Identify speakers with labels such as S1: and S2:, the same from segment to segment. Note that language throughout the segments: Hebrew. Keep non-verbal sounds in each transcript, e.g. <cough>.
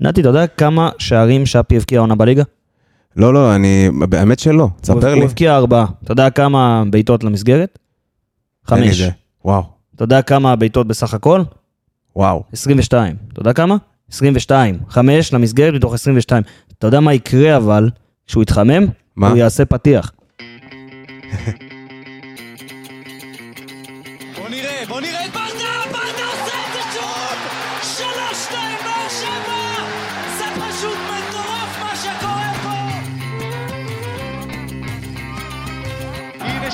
S1: נתי, אתה יודע כמה שערים שפי הבקיע העונה בליגה?
S2: לא, לא, אני... האמת שלא,
S1: הוא-
S2: תספר לי.
S1: הוא הבקיע ארבעה. אתה יודע כמה בעיטות למסגרת?
S2: אין לי
S1: חמש.
S2: זה. וואו,
S1: אתה יודע כמה בעיטות בסך הכל?
S2: וואו.
S1: 22. אתה יודע כמה? 22. 5 למסגרת מתוך 22. אתה יודע מה יקרה אבל, כשהוא יתחמם?
S2: מה?
S1: הוא יעשה פתיח.
S3: בוא נראה, בוא נראה את ברדה, ברדה עושה את זה שוב! שלוש, שתיים, באר שבע! זה פשוט מטורף מה שקורה פה!
S4: הנה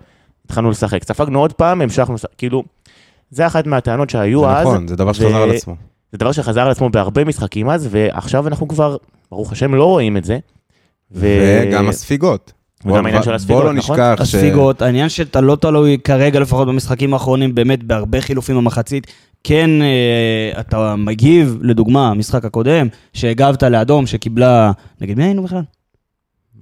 S5: התחלנו לשחק. ספגנו עוד פעם, המשכנו, לש- כאילו... זה אחת מהטענות שהיו
S2: זה
S5: אז.
S2: נכון, זה דבר שחזר
S5: ו-
S2: על עצמו.
S5: זה דבר שחזר על עצמו בהרבה משחקים אז, ועכשיו אנחנו כבר, ברוך השם, לא רואים את זה. ו...
S2: וגם הספיגות.
S5: וגם
S2: בוא-
S5: העניין של הספיגות,
S2: בוא לא
S5: נכון?
S2: נשכח ש...
S1: הספיגות, העניין שאתה לא תלוי כרגע, לפחות במשחקים האחרונים, באמת בהרבה חילופים במחצית. כן, אה, אתה מגיב, לדוגמה, המשחק הקודם, שהגבת לאדום, שקיבלה, נגד מי היינו בכלל?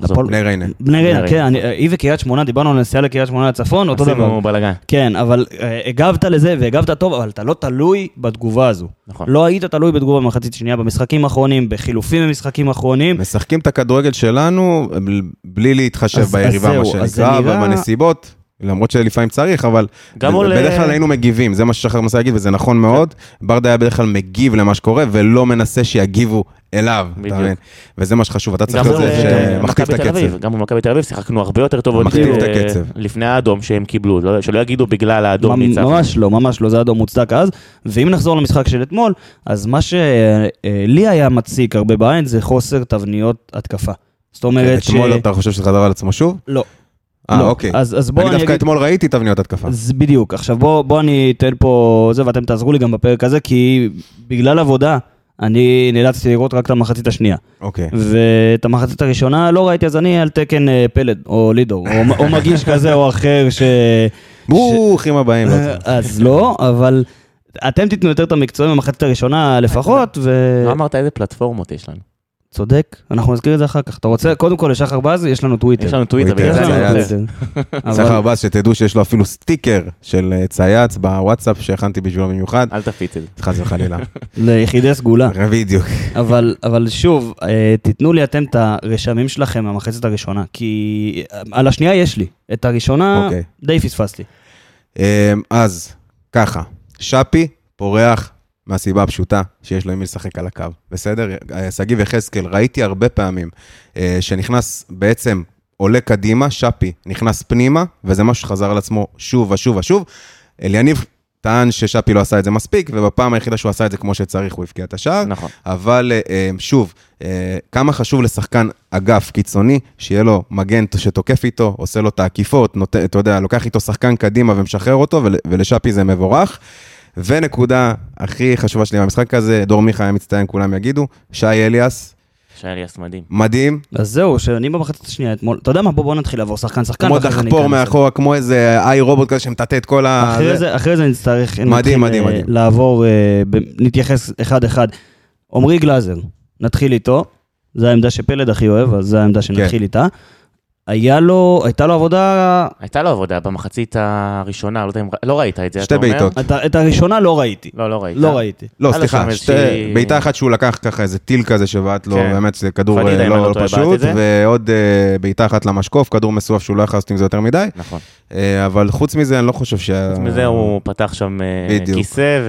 S5: עזוב,
S1: הפועל-
S2: בני ריינה.
S1: בני ריינה,
S5: ריינה.
S1: כן, אני- אה, היא וקריית שמונה, דיברנו על נסיעה לקריית שמונה לצפון, אותו דבר.
S5: עשינו בלאגן,
S1: כן, אבל אה, הגבת לזה והגבת טוב, אבל אתה לא תלוי בתגובה הזו.
S5: נכון.
S1: לא היית תלוי בתגובה במחצית שנייה, במשחקים האחרונים, בחילופים במשחקים האחרונים.
S2: משחקים את הכדורגל שלנו בל- בלי להתחשב
S1: אז-
S2: ביריבה,
S1: אז
S2: מה
S1: זהו, אז זה
S2: שנקרא,
S1: נראה-
S2: ובנסיבות, למרות שלפעמים צריך, אבל
S5: גם
S2: ב-
S5: מול-
S2: בדרך כלל היינו מגיבים, זה מה ששחר מנסה להגיד, וזה נכון מאוד. ברדה היה בדרך כלל מגיב למה שקורה, ולא מנסה שיגיבו אליו, אתה
S5: בדיוק.
S2: מבין? וזה מה שחשוב, אתה צריך
S5: גם
S2: להיות
S5: מול
S2: זה
S5: אה,
S2: שמכתיב
S5: מכבי
S2: את
S5: תל
S2: הקצב.
S5: אביב, גם מול מכבי תל אביב שיחקנו הרבה יותר טוב עוד
S2: מכתיב את
S5: אה,
S2: הקצב.
S5: לפני האדום שהם קיבלו, לא- שלא יגידו בגלל האדום
S1: ממ-
S5: ניצחנו.
S1: ממש לא, ממש לא, זה אדום מוצדק אז. ואם נחזור למשחק של אתמול, אז מה שלי היה מציק הרבה בעין זה חוסר תבניות התקפה. זאת אומרת ש...
S2: כן, אתמול אתה חושב שזה חזר על עצמו שוב?
S1: לא.
S2: אה,
S1: לא.
S2: אוקיי.
S1: אז אז בוא
S2: אני
S1: אני
S2: דווקא
S1: אגיד...
S2: אתמול ראיתי תבניות התקפה.
S1: אז בדיוק. עכשיו בוא, בוא אני אתן פה זה, ואתם תעזרו לי גם בפרק הזה, כי בגלל עבודה, אני נאלצתי לראות רק את המחצית השנייה.
S2: אוקיי.
S1: ואת המחצית הראשונה לא ראיתי, אז אני על תקן אה, פלד, או לידור, או, או מגיש כזה או אחר ש...
S2: ברוכים הבאים. לא צריך.
S1: אז לא, אבל אתם תיתנו יותר את המקצועים במחצית הראשונה לפחות,
S5: לא אמרת איזה פלטפורמות יש לנו.
S1: וצודק, אנחנו נזכיר את זה אחר כך. אתה רוצה, קודם כל לשחר בז, יש לנו טוויטר.
S5: יש לנו טוויטר,
S2: טוויטר,
S5: בגלל זה
S1: יש
S5: אני
S1: לנו
S2: היה-
S5: רוצה.
S1: טוויטר. אבל-
S2: סחר בס, שתדעו שיש לו אפילו סטיקר של אה, צייץ בוואטסאפ שהכנתי בשבילו במיוחד.
S5: אל תפיץ את זה.
S2: חס וחלילה.
S1: <laughs> ליחידי סגולה.
S2: בדיוק.
S1: אבל, אבל שוב, אה, תיתנו לי אתם את הרשמים שלכם מהמחצית הראשונה, כי אה, על השנייה יש לי. את הראשונה
S2: אוקיי.
S1: די פספסתי.
S2: אמ, אז ככה, שפי פורח מהסיבה הפשוטה שיש לו עם מי לשחק על הקו, בסדר? אה, שגיב יחזקאל, ראיתי הרבה פעמים אה, שנכנס בעצם, עולה קדימה, שפי נכנס פנימה, וזה משהו שחזר על עצמו שוב ושוב ושוב. אליניב טען ששפי לא עשה את זה מספיק, ובפעם היחידה שהוא עשה את זה כמו שצריך, הוא הבקיע את השער.
S5: נכון.
S2: אבל אה, אה, שוב, אה, כמה חשוב לשחקן אגף קיצוני, שיהיה לו מגן שתוקף איתו, עושה לו את העקיפות, נות- אתה יודע, לוקח איתו שחקן קדימה ומשחרר אותו, ול- ולשאפי זה מבורך. ונקודה הכי חשובה שלי במשחק הזה, דור מיכה היה מצטיין, כולם יגידו, שי אליאס,
S5: שהיה לי הסמדים.
S2: מדהים,
S1: אז זהו, שאני במחצית השנייה אתמול, אתה יודע מה, בוא, בוא נתחיל לעבור שחקן שחקן.
S2: כמו
S1: ואחרי זה אני
S2: דחפור
S1: אכנס לזה.
S2: מאחורה, כמו איזה איי רובוט כזה שמטאטא את כל ה...
S1: אחרי זה, אחרי זה נצטרך, נתחיל,
S2: אה, מדהים,
S1: אה,
S2: מדהים.
S1: לעבור, אה, ב- נתייחס אחד-אחד. עמרי גלאזר, נתחיל איתו, זו העמדה שפלד הכי אוהב, אז זו העמדה
S2: כן.
S1: שנתחיל איתה. היה לו, הייתה לו עבודה,
S5: הייתה לו עבודה במחצית הראשונה, לא יודע אם... ר- לא ראית את זה,
S2: שתי
S5: אתה אומר?
S2: בעיטות.
S1: את, ה- את הראשונה לא ראיתי,
S5: לא, לא ראית.
S1: לא ראיתי.
S2: לא,
S5: היה לו
S2: סליחה,
S5: שם
S2: שתי...
S5: איזושהי-
S2: בעיטה אחת שהוא לקח ככה איזה טיל כזה שבעט לו,
S5: כן.
S2: באמת זה כדור
S5: פדידה,
S2: אה,
S5: אם אני לא
S2: לא
S5: טועה, בעט
S2: פשוט,
S5: את זה.
S2: ועוד אה, בעיטה אחת למשקוף, כדור מסועף שהוא לא יכול לעשות עם זה יותר מדי,
S5: נכון.
S2: אה, אבל חוץ מזה אני לא חושב שה...
S5: חוץ מזה הוא פתח שם אה,
S2: בדיוק.
S5: כיסא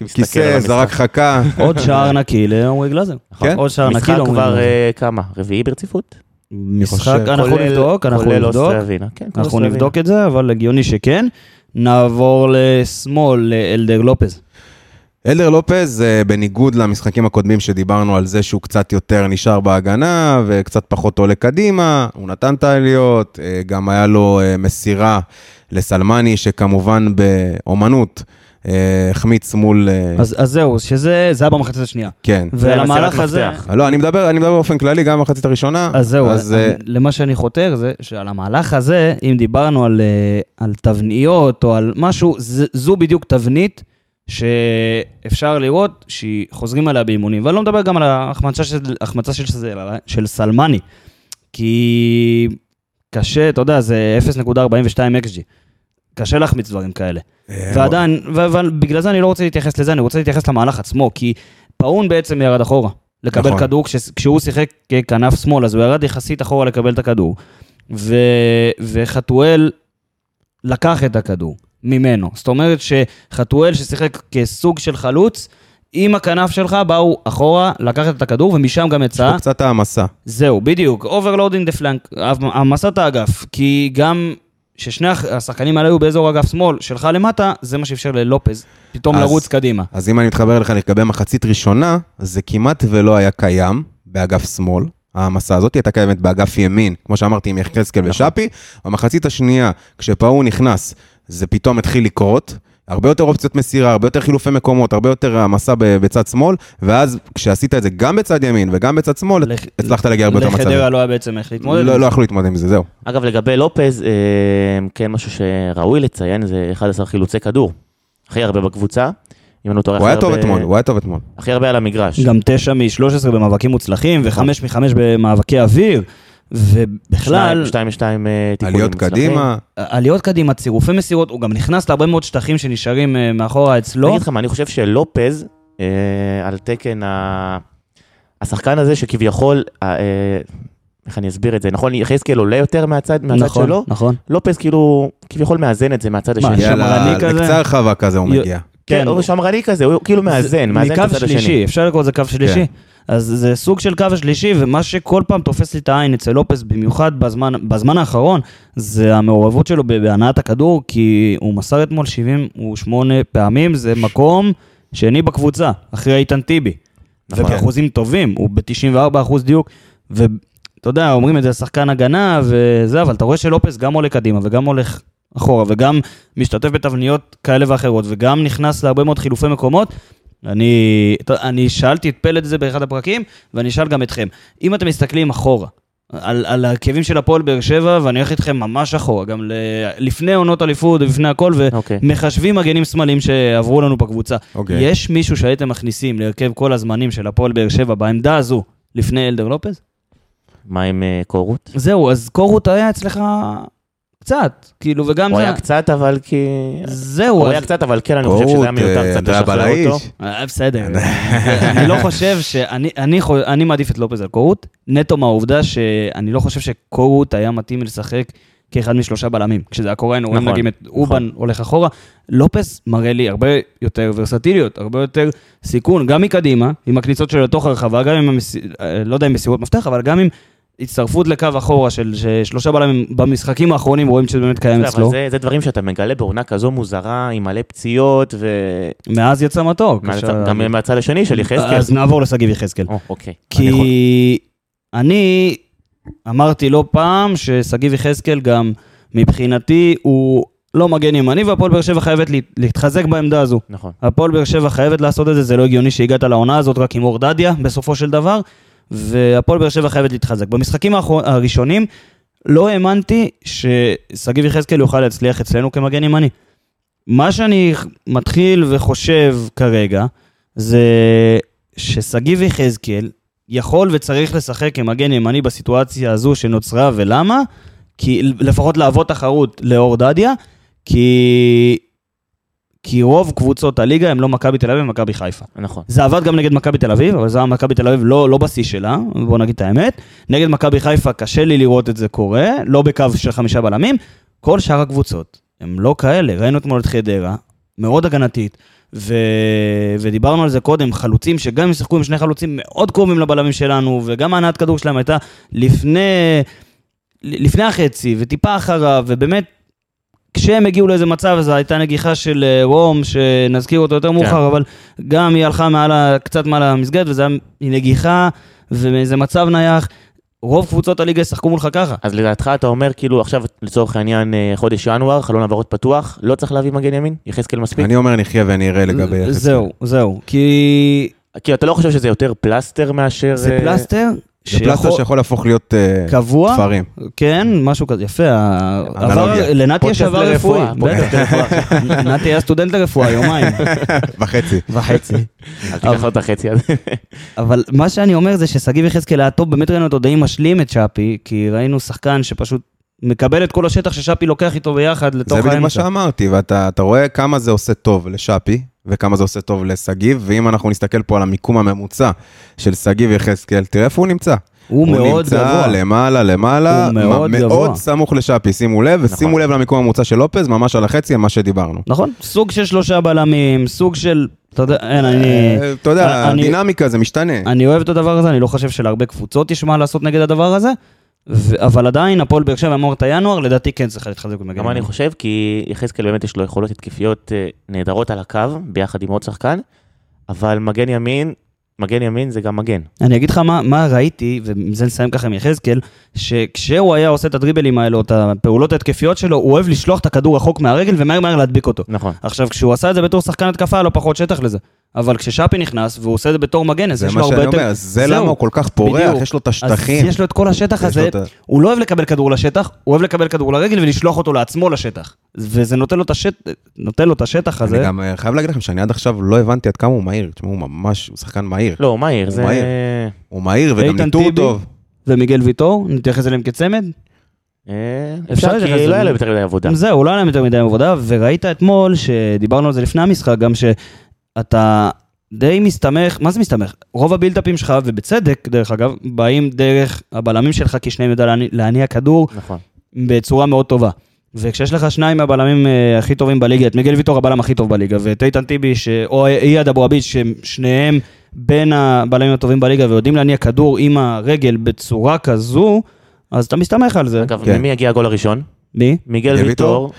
S5: ומסתכל על
S2: כיסא,
S5: המשחק.
S2: זרק
S5: <laughs>
S2: חכה,
S1: עוד
S2: <laughs>
S1: שער נקי לעמרי גלאזר.
S2: כן?
S1: עוד שער נקי
S5: משחק
S1: לעמרי
S5: כבר
S1: גלאזר.
S5: אה, כמה? רביעי ברציפות?
S1: משחק,
S2: חושב,
S1: אנחנו
S5: כולל-
S1: נבדוק, אנחנו
S5: כולל
S1: נבדוק.
S5: אוסטריה ווינה. כן, כולל
S1: אנחנו
S5: אוסטריה ווינה.
S1: נבדוק את זה, אבל הגיוני שכן. נעבור לשמאל, לאלדר לופז.
S2: אלדר לופז, אה, בניגוד למשחקים הקודמים שדיברנו על זה שהוא קצת יותר נשאר בהגנה וקצת פחות עולה קדימה, הוא נתן את העליות, אה, גם היה לו אה, מסירה לסלמני, שכמובן באומנות אה, החמיץ מול... אה,
S1: אז, אז זהו, שזה זה היה במחצית השנייה.
S2: כן.
S1: ועל
S5: מסירת
S1: המהלך הזה...
S5: מפתח.
S2: לא, אני מדבר, אני מדבר באופן כללי, גם במחצית הראשונה.
S1: אז זהו, אז,
S2: אה,
S1: אני, למה שאני חותר זה שעל המהלך הזה, אם דיברנו על, אה, על תבניות או על משהו, ז, זו בדיוק תבנית שאפשר לראות שחוזרים עליה באימונים. ואני לא מדבר גם על ההחמצה של, החמצה של, של, של סלמני, כי קשה, אתה יודע, זה 0.42 XG. קשה להחמיץ דברים כאלה.
S2: אה, כן,
S1: ועדיין, ו- ובגלל זה אני לא רוצה להתייחס לזה, אני רוצה להתייחס למהלך עצמו, כי פאון בעצם ירד אחורה. לקבל
S2: נכון.
S1: נכון. כדור, כש- כשהוא שיחק ככנף שמאל, אז הוא ירד יחסית אחורה לקבל את הכדור. ו, וחתואל לקח את הכדור ממנו. זאת אומרת שחתואל ששיחק כסוג של חלוץ, עם הכנף שלך באו אחורה, לקחת את הכדור, ומשם גם
S2: יש
S1: יצאה
S2: פה קצת העמסה.
S1: זהו, בדיוק. אוברלודינג דה פלנק, העמסת האגף. כי גם ששני הח- השחקנים האלה היו באזור אגף שמאל, שלך למטה, זה מה שאפשר ללופז פתאום
S2: אז-
S1: לרוץ קדימה.
S2: אז אם אני מתחבר אליך לגבי מחצית ראשונה, זה כמעט ולא היה קיים באגף שמאל. העמסה הזאת הייתה קיימת באגף ימין, כמו שאמרתי, עם יחזקאל
S1: נכון.
S2: ושאפי. במחצית השנייה, כשפאו נכנס, זה פתאום התחיל לקרות. הרבה יותר אופציות מסירה, הרבה יותר חילופי מקומות, הרבה יותר העמסה ב- בצד שמאל, ואז כשעשית את זה גם בצד ימין וגם בצד שמאל,
S1: לח-
S2: הצלחת להגיע הרבה יותר מצבים.
S1: לחדרה לא היה בעצם איך להתמודד.
S2: לא, לא יכלו להתמודד עם זה, זהו.
S5: אגב, לגבי לופז, אה, כן, משהו שראוי לציין, זה 11 חילוצי כדור. הכי הרבה בקבוצה. אם אני לא טועה,
S2: הוא
S5: הכי
S2: היה טוב
S5: הרבה-
S2: אתמול, הוא היה טוב אתמול.
S5: הכי הרבה על המגרש.
S1: גם 9 מ-13 במאבקים מוצלחים,
S2: נכון.
S1: ו-5 מ-5 במאבקי אוויר, ובכלל,
S5: 2 2 טיפולים
S2: עליות קדימה.
S1: עליות קדימה, צירופי מסירות, הוא גם נכנס להרבה מאוד שטחים שנשארים אה, מאחורה
S5: לא. אני
S1: אצלו.
S5: אגיד לך מה, אני חושב שלופז, אה, על תקן ה... השחקן הזה שכביכול, אה, אה, איך אני אסביר את זה, נכון, יחזקאל עולה יותר מהצד, מהצד
S1: נכון,
S5: שלו?
S1: נכון.
S5: לופז כאילו, כביכול מאזן את זה מהצד
S1: מה,
S5: השני.
S1: יש-
S2: יאללה,
S1: שמרני כזה.
S2: לקצר חווה כזה הוא
S1: יו-
S2: מגיע.
S5: כן, הוא שמרני כזה, הוא כאילו
S1: זה-
S5: מאזן, מאזן את
S1: מקו
S5: הצד השני. כן.
S1: שלישי, אפשר לקרוא לזה קו שלישי. אז זה סוג של קו השלישי, ומה שכל פעם תופס לי את העין אצל לופס, במיוחד בזמן, בזמן האחרון, זה המעורבות שלו ב- בהנעת הכדור, כי הוא מסר אתמול 78 פעמים, זה מקום שני בקבוצה, אחרי איתן טיבי.
S5: נכון.
S1: ובאחוזים טובים, הוא ב-94% דיוק, ואתה יודע, אומרים את זה שחקן הגנה וזה, אבל אתה רואה שלופס גם עולה קדימה וגם הולך אחורה, וגם משתתף בתבניות כאלה ואחרות, וגם נכנס להרבה מאוד חילופי מקומות. אני, אתה- אני שאלתי את פלד זה באחד הפרקים, ואני אשאל גם אתכם. אם אתם מסתכלים אחורה, על, על ההרכבים של הפועל באר שבע, ואני הולך איתכם ממש אחורה, גם ל, לפני עונות אליפות ולפני הכל,
S5: אוקיי.
S1: ומחשבים מגנים שמאליים שעברו לנו בקבוצה.
S2: אוקיי.
S1: יש מישהו שהייתם מכניסים להרכב כל הזמנים של הפועל באר שבע בעמדה הזו לפני אלדר לופז?
S5: מה עם אה, קורות?
S1: זהו, אז קורות היה אצלך קצת, כאילו, וגם
S5: הוא
S1: זה...
S5: היה קצת, אבל כי...
S1: זהו,
S5: הוא היה
S1: אז-
S5: קצת, אבל כן, אני חושב שזה היה מיותר
S2: אה,
S5: קצת
S2: אנדריה
S5: לשחרר
S2: בלעיש.
S5: אותו.
S1: אה, בסדר. אני לא חושב שאני אני חו- אני מעדיף את לופז על קורות, נטו מהעובדה שאני לא חושב שקורות היה מתאים לשחק כאחד משלושה בלמים. כשזה היה קורה, היינו רואים
S5: נכון,
S1: נגיד את אובן הולך אחורה. לופס מראה לי הרבה יותר ורסטיליות, הרבה יותר סיכון, גם מקדימה, עם הכניסות שלו לתוך הרחבה, גם עם, המס... אה, לא יודע אם מסירות מפתח, אבל גם עם הצטרפות לקו אחורה של של שלושה בלמים במשחקים האחרונים, רואים שזה באמת קיים
S5: לא, אבל
S1: אצלו.
S5: זה- זה דברים שאתה מגלה בעונה כזו מוזרה, עם מלא פציעות, ו...
S1: מאז יצא מתוק. עכשיו-
S5: גם מהצד השני של יחזקאל.
S1: אה, אז נעבור לשגיב יחזקאל.
S5: או, אוקיי. אני יכול-
S1: כי אני אמרתי לא פעם ששגיב יחזקאל גם מבחינתי הוא לא מגן ימני והפועל באר שבע חייבת להת- להתחזק בעמדה הזו.
S5: נכון.
S1: הפועל באר שבע חייבת לעשות את זה, זה לא הגיוני שהגעת לעונה הזאת רק עם אור דדיה בסופו של דבר, והפועל באר שבע חייבת להתחזק. במשחקים האחר- הראשונים לא האמנתי ששגיב יחזקאל יוכל להצליח אצלנו כמגן ימני. מה שאני מתחיל וחושב כרגע, זה ששגיב יחזקאל יכול וצריך לשחק כמגן ימני בסיטואציה הזו שנוצרה, ולמה? כי לפחות להוות תחרות לאור דדיה, כי... כי רוב קבוצות הליגה הם לא מכבי תל אביב, הם מכבי חיפה.
S5: נכון.
S1: זה עבד גם נגד מכבי תל אביב, אבל זה היה מכבי תל אביב לא, לא בשיא שלה, בוא נגיד את האמת. נגד מכבי חיפה קשה לי לראות את זה קורה, לא בקו של חמישה בלמים. כל שאר הקבוצות הם לא כאלה, ראינו אתמול את חדרה, מאוד הגנתית, ו... ודיברנו על זה קודם, חלוצים שגם אם שיחקו עם שני חלוצים מאוד קרובים לבלמים שלנו, וגם הנעת כדור שלהם הייתה לפני, לפני החצי וטיפה אחריו, ובאמת כשהם הגיעו לאיזה מצב, זו הייתה נגיחה של אה, רום, שנזכיר אותו יותר מאוחר, אבל גם היא הלכה מעל ה- קצת מעל המסגרת, וזה היה היא נגיחה, ומאיזה מצב נייח. רוב קבוצות הליגה ישחקו מולך ככה.
S5: אז לדעתך אתה אומר, כאילו עכשיו לצורך העניין אה, חודש ינואר, חלון העברות פתוח, לא צריך להביא מגן ימין? יחזקאל מספיק?
S2: אני אומר נחיה ונראה לגבי יחס.
S1: זהו, זהו. כי
S5: כאילו אתה לא חושב שזה יותר פלסטר מאשר...
S1: זה
S5: אה,
S1: פלסטר,
S2: זה פלסטר שיכול להפוך להיות אה,
S1: קבוע,
S2: תפרים.
S1: כן, משהו כזה, יפה. ה-
S2: אנלוגיה.
S1: עבר- לנתי יש
S5: פודקאסט
S1: עבר רפואי,
S5: לרפואה, פודקאסט
S1: בטח.
S5: לרפואה.
S1: נתי היה סטודנט לרפואה יומיים
S2: <laughs>
S1: <laughs>
S2: וחצי.
S1: וחצי.
S5: אל תיקח לו את החצי הזה.
S1: אבל מה שאני אומר זה ששגיב יחזקאל היה טוב, באמת ראינו אותו די משלים את שפי, כי ראינו שחקן שפשוט מקבל את כל השטח ששפי לוקח איתו ביחד לתוך
S2: זה
S1: האמצע.
S2: בדיוק מה שאמרתי, ואתה אתה רואה כמה זה עושה טוב לשאפי, וכמה זה עושה טוב לשגיב, ואם אנחנו נסתכל פה על המיקום הממוצע של שגיב יחזקאל, תראה איפה הוא נמצא.
S1: הוא מאוד
S2: נמצא
S1: גבוה.
S2: למעלה, למעלה,
S1: הוא מאוד
S2: מ-
S1: גבוה.
S2: מאוד סמוך לשאפי, שימו לב, ושימו לב למיקום הממוצע של לופז, ממש על החצי, מה שדיברנו.
S1: נכון? סוג של שלושה בלמים, סוג של... אתה יודע, אין, אני...
S2: אה, אתה יודע,
S1: אני-
S2: הדינמיקה זה משתנה.
S1: אני אוהב את הדבר הזה, אני לא חושב שלהרבה קבוצות יש מה לעשות נגד הדבר הזה, ו- אבל עדיין, הפועל באר שבע אמרת ינואר, לדעתי כן צריך להתחזק במגן.
S5: גם אני חושב, כי יחזקאל באמת יש לו יכולות התקפיות אה, נהדרות על הקו, ביחד עם עוד שחקן, אבל מגן ימין, מגן ימין זה גם מגן.
S1: אני אגיד לך מה, מה ראיתי, ועם זה נסיים ככה עם יחזקאל, שכשהוא היה עושה את הדריבלים האלו, את הפעולות ההתקפיות שלו, הוא אוהב לשלוח את הכדור רחוק מהרגל ומהר מהר להדביק אותו.
S5: נכון.
S1: עכשיו, כשהוא עשה את זה בתור שחקן התקפה, היה לו פחות שטח לזה. אבל כששאפי נכנס, והוא עושה את זה בתור מגן, אז
S2: זה
S1: יש לו
S2: מה
S1: הרבה
S2: שאני
S1: יותר...
S2: אומר, זה
S1: זהו.
S2: למה הוא כל כך פורח,
S1: בדיוק.
S2: יש לו את
S1: אז
S2: השטחים.
S1: יש לו את כל השטח
S2: יש לו
S1: הזה,
S2: את ה-
S1: הוא לא אוהב לקבל כדור לשטח, הוא אוהב לקבל כדור לרגל ולשלוח אותו לעצמו לשטח. וזה נותן לו את, השט... נותן לו את השטח הזה.
S2: אני גם אה, חייב להגיד לכם שאני עד עכשיו לא הבנתי עד כמה הוא מהיר. תשמעו, הוא ממש, הוא שחקן מהיר.
S5: לא, הוא מהיר, זה...
S2: מהיר. הוא מהיר וגם
S1: איתן
S2: ניטור
S1: טיבי?
S2: טוב.
S1: ומיגל ויטור, נתייחס אליהם כצמד.
S2: כן.
S1: אפשר
S5: אה, אפשר,
S1: להתייחס
S5: כי לא היה
S1: לזה.
S5: לו יותר מדי עבודה.
S1: זהו, לא היה להם יותר מדי עבודה, וראית אתמול, שדיברנו על זה לפני המשחק, גם שאתה די מסתמך, מה זה מסתמך? רוב הבילדאפים שלך, ובצדק, דרך אגב, באים דרך הבלמים שלך, כי שניהם יודע להניע, להניע כדור
S5: נכון.
S1: בצורה מאוד טובה. וכשיש לך שניים מהבלמים אה, הכי טובים בליגה, את מיגל ויטור הבלם הכי טוב בליגה, ואת איתן טיבי, ש... או אייד אבו עביד, שהם שניהם בין הבלמים הטובים בליגה, ויודעים להניע כדור עם הרגל בצורה כזו, אז אתה מסתמך על זה.
S5: אגב,
S2: כן.
S5: ממי יגיע הגול הראשון?
S1: מי?
S5: מיגל
S2: מיגל
S5: ויטור.
S1: לא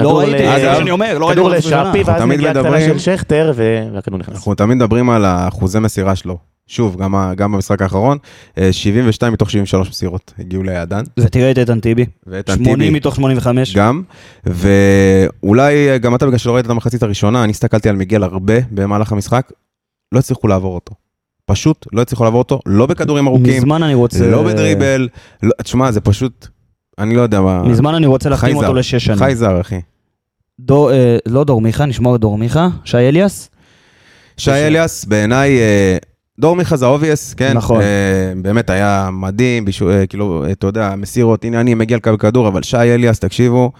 S5: כדור
S1: ראיתי,
S5: ל-
S1: זה מה
S2: אה, אגב,
S1: שאני אומר, לא ראיתי
S5: כדור
S1: אותו בראשונה.
S5: לשאפי,
S2: אנחנו
S5: ואז
S2: תמיד
S5: מגיעה הקטנה
S2: מדברים-
S5: של שכטר, ו- והכדור נכנס.
S2: אנחנו תמיד מדברים על האחוזי מסירה שלו. שוב, גם, ה- גם במשחק האחרון, אה, 72 מתוך 73 מסירות הגיעו ליעדן,
S1: ותראה את איתן טיבי.
S2: ואיתן
S1: 80
S2: טיבי
S1: מתוך 85.
S2: גם, ואולי אה, גם אתה בגלל שלא ראית את המחצית הראשונה, אני הסתכלתי על מיגל הרבה במהלך המשחק, לא הצליחו לעבור אותו. פשוט לא הצליחו לעבור אותו, לא בכדורים ארוכים,
S1: מזמן אני רוצה...
S2: לא בדריבל, לא, תשמע, זה פשוט, אני לא יודע מה,
S1: מזמן אני רוצה להחתים
S2: חייזר.
S1: אותו לשש שנים.
S2: חייזר, אחי.
S1: דור, אה, לא דור מיכה, נשמור את דור מיכה, שי אליאס.
S2: שי אליאס, בעיניי, אה, דור מיכה זה אובייס, כן?
S1: נכון.
S2: אה, באמת היה מדהים, בישו- אה, כאילו, אה, אתה יודע, מסירות, הנה אני מגיע לקבל כדור, אבל שי אליאס, תקשיבו,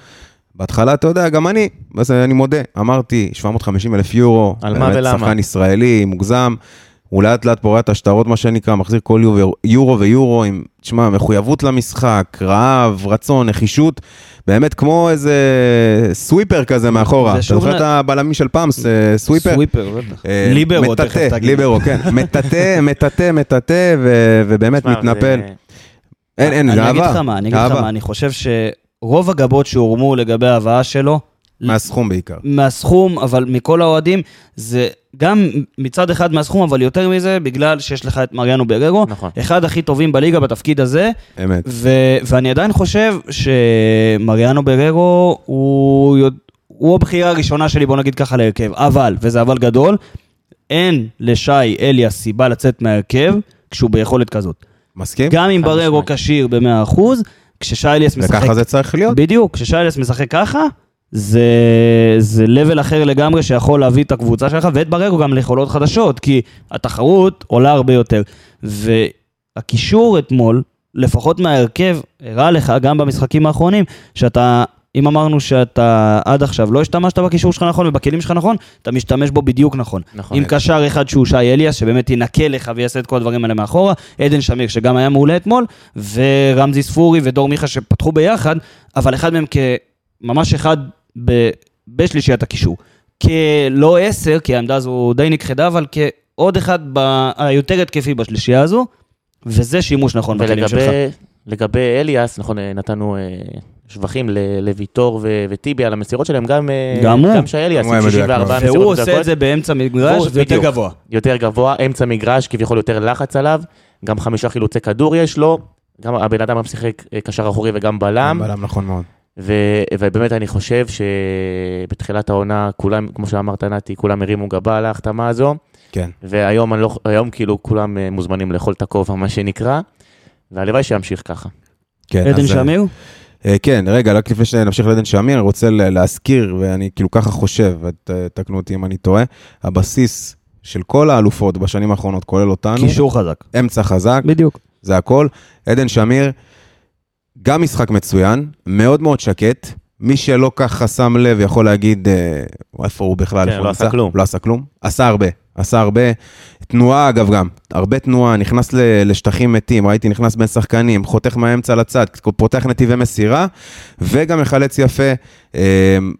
S2: בהתחלה, אתה יודע, גם אני, אז אני מודה, אמרתי, 750 אלף יורו,
S5: על מה
S2: באמת
S5: ולמה?
S2: שחקן ישראלי, מוגזם. הוא לאט לאט פורע את השטרות, מה שנקרא, מחזיר כל יורו- יורו ויורו עם, תשמע, מחויבות למשחק, רעב, רצון, נחישות, באמת כמו איזה סוויפר כזה מאחורה.
S1: זה
S2: אתה
S1: שוב נ-
S2: זוכר את הבלמים של פעם, ס- אה, סוויפר?
S1: סוויפר, בטח.
S2: אה,
S1: ליברו,
S2: מטאטא,
S1: תכף תגיד.
S2: ליברו,
S1: <laughs>
S2: כן. מטאטא, מטאטא, מטאטא, ו- ובאמת
S5: תשמע,
S2: מתנפל.
S5: זה-
S2: אין, אין, זה
S1: אני
S2: אהבה.
S1: אגיד לך מה, אני אגיד לך
S2: אהבה.
S1: מה, אני חושב שרוב הגבות שהורמו לגבי ההבאה שלו,
S2: מהסכום בעיקר.
S1: מהסכום, אבל מכל האוהדים, זה גם מצד אחד מהסכום, אבל יותר מזה, בגלל שיש לך את מריאנו ברגרו,
S5: נכון.
S1: אחד הכי טובים בליגה בתפקיד הזה,
S2: אמת.
S1: ו- ואני עדיין חושב שמריאנו בררו הוא, יודע- הוא הבחירה הראשונה שלי, בוא נגיד ככה, להרכב. אבל, וזה אבל גדול, אין לשי אליאס סיבה לצאת מההרכב כשהוא ביכולת כזאת.
S2: מסכים?
S1: גם אם
S5: חד
S1: בררו
S5: משמעית.
S1: כשיר ב-100%, כששי אליאס משחק...
S2: וככה זה צריך להיות.
S1: בדיוק, כששי אליאס משחק ככה, זה, זה לבל אחר לגמרי שיכול להביא את הקבוצה שלך ואת בררו גם ליכולות חדשות, כי התחרות עולה הרבה יותר. והקישור אתמול, לפחות מההרכב, הראה לך גם במשחקים האחרונים, שאתה, אם אמרנו שאתה עד עכשיו לא השתמשת בקישור שלך נכון ובכלים שלך נכון, אתה משתמש בו בדיוק נכון.
S5: נכון.
S1: עם קשר אחד שהוא שי אליאס, שבאמת ינקה לך ויעשה את כל הדברים האלה מאחורה, עדן שמיר, שגם היה מעולה אתמול, ורמזי ספורי ודור מיכה שפתחו ביחד, אבל אחד מהם כממש אחד ב... בשלישיית הקישור. כלא עשר, כי העמדה הזו די נכחדה, אבל כעוד אחד ב... היותר התקפי בשלישייה הזו, וזה שימוש נכון בכלים שלך.
S5: ולגבי לגבי אליאס, נכון, אה, נתנו אה, שבחים ל- לוויטור ו- וטיבי על המסירות שלהם, גם, אה,
S1: גם הוא.
S5: גם שיילי
S2: הוא
S5: עשו
S2: היה מדויק
S5: 64
S2: מאוד.
S5: מסירות.
S1: והוא עושה
S5: מדויקות.
S1: את זה באמצע מגרש,
S5: והוא-
S1: זה יותר
S5: בדיוק.
S1: גבוה.
S5: יותר גבוה, אמצע מגרש, כביכול יותר לחץ עליו, גם חמישה חילוצי כדור יש לו, גם הבן אדם גם שיחק אה, קשר אחורי וגם בלם,
S2: בלם נכון מאוד.
S5: ו- ובאמת אני חושב שבתחילת העונה, כולם, כמו שאמרת נתי, כולם הרימו גבה על ההחתמה הזו,
S2: כן.
S5: והיום אני לא, היום כאילו כולם אה, מוזמנים לאכול את הכובע, מה שנקרא, והלוואי שימשיך ככה.
S2: כן,
S1: עדן
S2: אז, אה,
S1: שמיר?
S2: אה, כן, רגע, רק לפני שנמשיך לעדן שמיר, אני רוצה ל- להזכיר, ואני כאילו ככה חושב, ות- תקנו אותי אם אני טועה, הבסיס של כל האלופות בשנים האחרונות, כולל אותנו,
S1: קישור חזק.
S2: אמצע חזק,
S1: בדיוק.
S2: זה הכל. עדן שמיר, גם משחק מצוין, מאוד מאוד שקט. מי שלא ככה שם לב יכול להגיד אה, איפה הוא בכלל,
S5: כן,
S2: איפה הוא
S5: לא עשה
S2: נמצא?"
S5: כלום.
S2: לא עשה כלום. עשה הרבה, עשה הרבה. תנועה אגב גם, הרבה תנועה, נכנס ל- לשטחים מתים, ראיתי נכנס בין שחקנים, חותך מהאמצע לצד, פותח נתיבי מסירה, וגם מחלץ יפה, אה,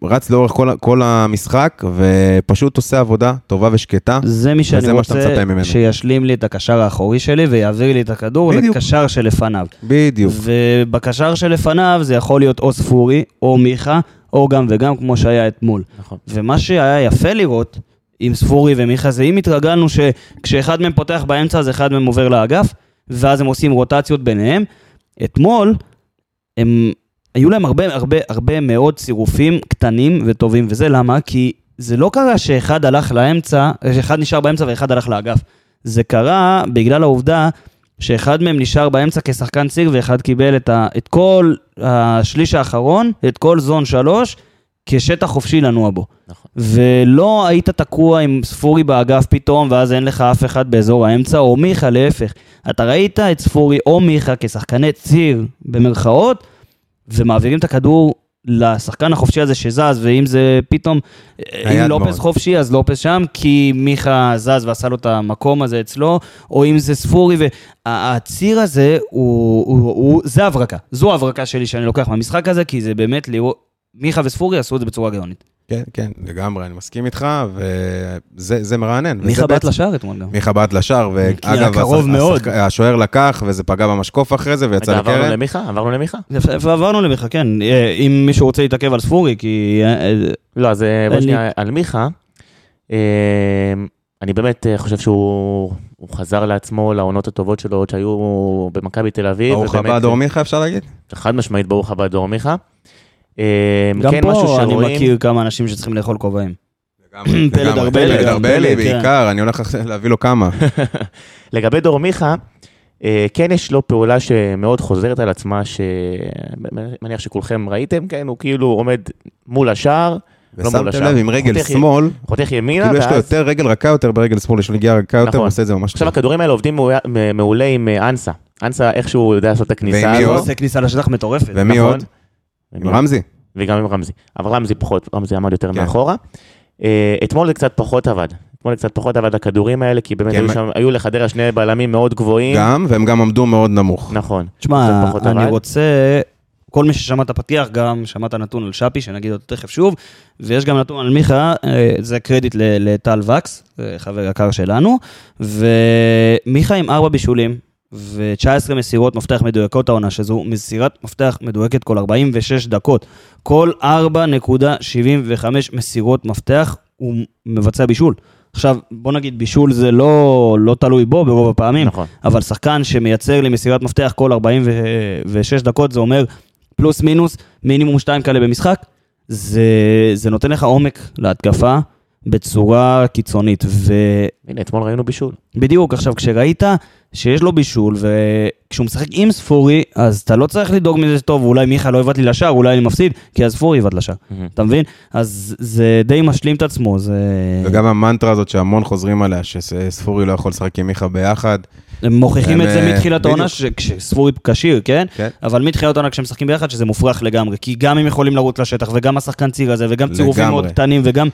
S2: רץ לאורך כל, ה- כל המשחק, ופשוט עושה עבודה טובה ושקטה.
S1: זה מי שאני
S2: וזה מה שאתה
S1: רוצה
S2: מצפה ממנו.
S1: שישלים לי את הקשר האחורי שלי ויעביר לי את הכדור
S2: בדיוק.
S1: לקשר שלפניו.
S2: בדיוק.
S1: ובקשר שלפניו זה יכול להיות או ספורי, או מיכה, או גם וגם, כמו שהיה אתמול.
S5: נכון.
S1: ומה שהיה יפה לראות עם ספורי ומיכה זה אם התרגלנו שכשאחד מהם פותח באמצע אז אחד מהם עובר לאגף, ואז הם עושים רוטציות ביניהם. אתמול הם, היו להם הרבה הרבה הרבה מאוד צירופים קטנים וטובים, וזה למה? כי זה לא קרה שאחד הלך לאמצע, שאחד נשאר באמצע ואחד הלך לאגף. זה קרה בגלל העובדה שאחד מהם נשאר באמצע כשחקן ציר ואחד קיבל את, ה, את כל השליש האחרון, את כל זון שלוש, כשטח חופשי לנוע בו.
S5: נכון.
S1: ולא היית תקוע עם ספורי באגף פתאום, ואז אין לך אף אחד באזור האמצע, או מיכה, להפך. אתה ראית את ספורי או מיכה כשחקני ציר, במרכאות, ומעבירים את הכדור לשחקן החופשי הזה שזז, ואם זה פתאום, אה, אם
S2: נייד
S1: לופס
S2: מאוד.
S1: חופשי, אז לופס שם, כי מיכה זז ועשה לו את המקום הזה אצלו, או אם זה ספורי, והציר הזה, הוא, הוא, הוא, זה הברקה. זו ההברקה שלי שאני לוקח מהמשחק הזה, כי זה באמת לראות, מיכה וספורי עשו את זה בצורה גאונית.
S2: כן, כן, לגמרי, אני מסכים איתך, וזה זה מרענן. וזה
S1: מיכה בעט
S2: בעצם-
S1: לשער אתמול גם.
S2: מיכה בעט לשער,
S1: היה
S2: ואגב,
S1: קרוב
S2: השחק-
S1: מאוד.
S2: השחק- השוער לקח, וזה פגע במשקוף אחרי זה, ויצא
S5: רגע, עברנו
S2: לקרן.
S5: למיכה? עברנו למיכה?
S1: יפה, ועברנו למיכה, כן. אה, אם מישהו רוצה להתעכב על ספורי, כי... אה, אה,
S5: לא, אז אה, בוא
S1: אין לי-
S5: שנייה על מיכה. אה, אני באמת אה, חושב שהוא הוא חזר לעצמו לעונות הטובות שלו עוד שהיו במכבי תל אביב.
S2: ברוך
S5: ובאמת, אה,
S2: הבא, דור מיכה, אפשר
S5: <clears throat>
S2: להגיד?
S5: חד משמעית, ברוך הבא, דור מיכה. אה,
S1: גם
S5: כן, משהו
S1: פה אני
S5: שרואים-
S1: מכיר כמה אנשים שצריכים לאכול כובעים.
S2: לגמרי,
S1: פלד
S2: לגמרי.
S1: ארבלי,
S2: פלד
S1: גם,
S2: ארבלי,
S1: פלד, כן.
S2: בעיקר, אני הולך עכשיו להביא לו כמה.
S5: לא לגבי דור מיכה, אה, כן יש לו פעולה שמאוד חוזרת על עצמה, שמניח שכולכם ראיתם, כן, הוא כאילו עומד מול השער, לא מול
S2: ושמתם
S5: השער.
S2: לב עם רגל
S5: חותך-
S2: שמאל,
S5: חותך ימינה,
S2: כאילו יש לו
S5: ואז...
S2: יותר רגל רכה יותר ברגל שמאל, יש לו נגיעה רכה יותר,
S5: נכון.
S2: הוא עושה את זה ממש
S5: עכשיו
S2: טוב.
S5: הכדורים האלה עובדים מעולה- מעולה עם אה, אנסה. אנסה איכשהו יודע לעשות את הכניסה
S2: ועם מי
S5: הזו.
S1: הוא
S2: עוד?
S1: עושה כניסה לשטח מטורפת.
S2: ומי
S5: נכון.
S2: עוד? עם רמזי.
S5: וגם עם רמזי. אבל רמזי פחות, רמזי עמד יותר
S2: כן.
S5: מאחורה. אה, אתמול זה קצת פחות עבד. אתמול זה קצת פחות עבד הכדורים האלה, כי באמת
S2: כן,
S5: היו
S2: מה-
S5: שם- היו לחדרה שני בלמים מאוד גבוהים.
S2: גם, והם גם עמדו מאוד נמוך.
S5: נכון.
S1: תשמע,
S5: זה פחות
S1: אני
S5: עבד.
S1: רוצה... כל מי ששמע את הפתיח, גם שמע את הנתון על שפי, שנגיד אותו תכף שוב, ויש גם נתון על מיכה, אה, זה קרדיט ל- לטל וקס, אה, חבר יקר שלנו, ומיכה עם ארבע בישולים ו-19 מסירות מפתח מדויקות העונה, שזו מסירת מפתח מדויקת כל 46 דקות. כל 4.75 מסירות מפתח הוא מבצע בישול. עכשיו, בוא נגיד, בישול זה לא, לא תלוי בו ברוב הפעמים,
S5: נכון.
S1: אבל שחקן שמייצר לי מסירת מפתח כל 46 דקות, זה אומר פלוס מינוס, מינימום שתיים כאלה במשחק, זה, זה נותן לך עומק להתקפה בצורה קיצונית. ובדיוק,
S5: הנה, אתמול ראינו בישול.
S1: עכשיו, כשראית שיש לו בישול, וכשהוא משחק עם ספורי, אז אתה לא צריך לדאוג מזה, טוב, אולי מיכה לא יבעט לי לשער, אולי אני מפסיד, כי אז ספורי יבעט לשער, אתה מבין? אז זה די משלים את עצמו, זה...
S2: וגם המנטרה הזאת שהמון חוזרים עליה, שספורי לא יכול לשחק עם מיכה ביחד.
S1: הם מוכיחים את
S2: הם,
S1: זה
S2: אה,
S1: מתחילת העונה,
S2: בדיוק.
S1: ש- כשספורי כשיר, כן?
S2: כן.
S1: אבל מתחילת העונה כשמשחקים ביחד, שזה מופרך לגמרי. כי גם הם יכולים לרוץ לשטח, וגם השחקן ציר הזה, וגם צירופים
S2: לגמרי.
S1: מאוד קטנים, וגם...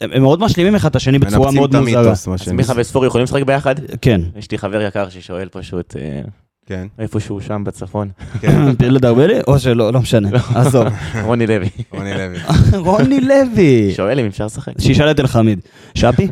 S1: הם הם מאוד משלימים אחד את השני בצורה
S2: מנפצים
S1: מאוד
S2: את
S1: מוזרה.
S2: המיתוס, מה
S5: אז
S2: שהם
S5: מיכה וספורי יכולים לשחק ביחד?
S1: כן. <coughs>
S5: יש לי חבר יקר ששואל פשוט אה,
S2: כן,
S5: איפשהו שם
S2: <laughs>
S5: בצפון,
S2: כן.
S1: פילד ארבלי? או שלא, לא
S2: <laughs>
S1: משנה. עזוב.
S5: רוני לוי.
S2: אוקיי. רוני לוי.
S1: רוני לוי!
S2: <laughs>
S5: שואל אם אפשר לשחק.
S1: שישאל את אלחמיד. <laughs> שפי?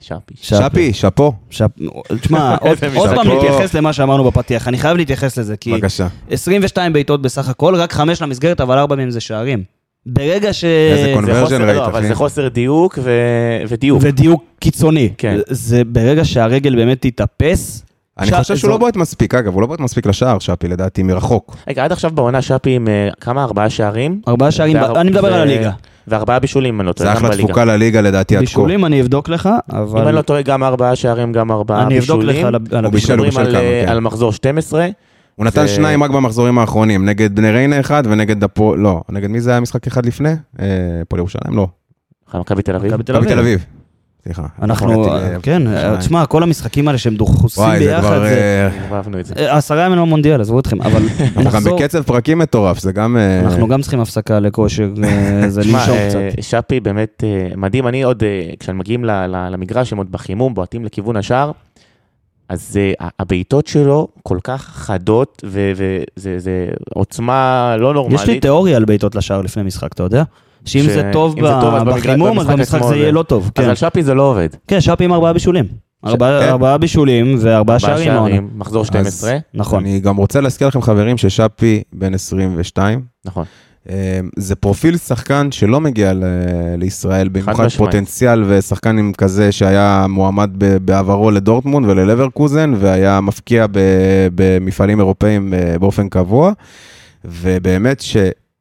S5: שפי.
S2: שפי, שאפו.
S1: שפ...
S2: <laughs>
S1: תשמע, עוד,
S5: איזה
S1: עוד פעם
S2: משחק.
S1: להתייחס למה שאמרנו בפתיח, אני חייב להתייחס לזה, כי
S2: בבקשה.
S1: 22 בעיטות בסך הכל, רק 5 למסגרת, אבל 4 מהם זה שערים. ברגע ש...
S2: איזה קונ-
S5: זה
S2: Conversion
S5: חוסר-
S2: rate,
S5: לא, אבל
S2: אחי.
S5: זה חוסר דיוק ו- ודיוק.
S1: ודיוק קיצוני.
S5: כן.
S1: זה ברגע שהרגל באמת תתאפס,
S2: אני
S1: ש-
S2: חושב
S1: זו-
S2: שהוא לא בועט מספיק, אגב, הוא לא בועט מספיק לשער, שפי, לדעתי, מרחוק.
S5: רגע, עד עכשיו בעונה שפי עם אה, כמה? ארבעה שערים?
S1: ארבעה שערים,
S5: ואר-
S1: אני מדבר
S5: ו-
S1: על הליגה.
S5: וארבעה בישולים, אם אני לא
S2: זה
S5: טועה, גם
S2: אחלה
S5: בליגה.
S2: תפוקה לליגה, לדעתי, עד כה.
S1: בישולים אני אבדוק לך, אבל...
S5: אם אני לא טועה, גם ארבעה שערים, גם ארבעה
S1: אני
S5: בישולים.
S1: אבדוק לך על ה- על
S2: הוא
S1: הבישולים.
S2: בישל, הוא
S5: מדברים
S2: בישל
S5: על,
S2: כמה,
S5: אה,
S2: כן.
S5: על מחזור 12.
S2: הוא נתן
S5: ו-
S2: שניים רק במחזורים האחרונים, נגד בני ריינה אחד ונגד הפועל, לא, נגד מי זה היה משחק אחד לפני? אה, הפועל ירושלים? לא.
S5: אה, מכבי תל אביב.
S1: מכבי תל
S2: מכבי
S1: אביב.
S2: תל אביב. סליחה.
S1: אנחנו,
S2: אה,
S1: כן,
S2: אה,
S1: תשמע, כל המשחקים האלה שהם דוחסים
S2: וואי, זה
S1: ביחד,
S2: כבר...
S1: זה-
S2: אה,
S5: ערבבנו את זה.
S1: אה, עשרה ימים למונדיאל, עזבו אתכם, אבל
S2: <laughs> אנחנו גם
S1: נחזור,
S2: בקצב פרקים מטורף, זה גם... אה,
S1: אנחנו גם צריכים הפסקה לכושר, אה, זה
S5: תשמע,
S1: לנשום
S5: אה,
S1: קצת.
S5: שפי באמת אה, מדהים, אני עוד, אה, כשמגיעים ל- ל- למגרש, הם עוד בחימום, בועטים לכיוון השער, אז אה, ה- הבעיטות שלו כל כך חדות, וזה עוצמה לא נורמלית.
S1: יש לי תיאוריה על בעיטות לשער לפני משחק, אתה יודע? שאם
S5: ש-
S1: זה טוב
S5: אם זה טוב, אז
S1: ב-
S5: במגרש-
S1: בחימום, אז
S5: במשחק
S1: במשחק
S5: אתמול
S1: זה יהיה
S5: זה-
S1: לא טוב.
S5: אז
S1: כן.
S5: על שפי זה לא עובד.
S1: כן, שפי עם ארבעה בישולים. ארבעה
S2: כן.
S1: ארבעה בישולים וארבעה שערים. העונה.
S5: שערים, מחזור 12,
S1: נכון.
S2: אני גם רוצה להזכיר לכם, חברים, ששפי בן 22.
S5: נכון.
S2: אה, זה פרופיל שחקן שלא מגיע ל- לישראל, במיוחד
S5: משמעית.
S2: פוטנציאל ושחקן עם כזה שהיה מועמד ב- בעברו לדורטמונד וללברקוזן, והיה מפקיע ב- במפעלים אירופאים אה, באופן קבוע, ובאמת ש...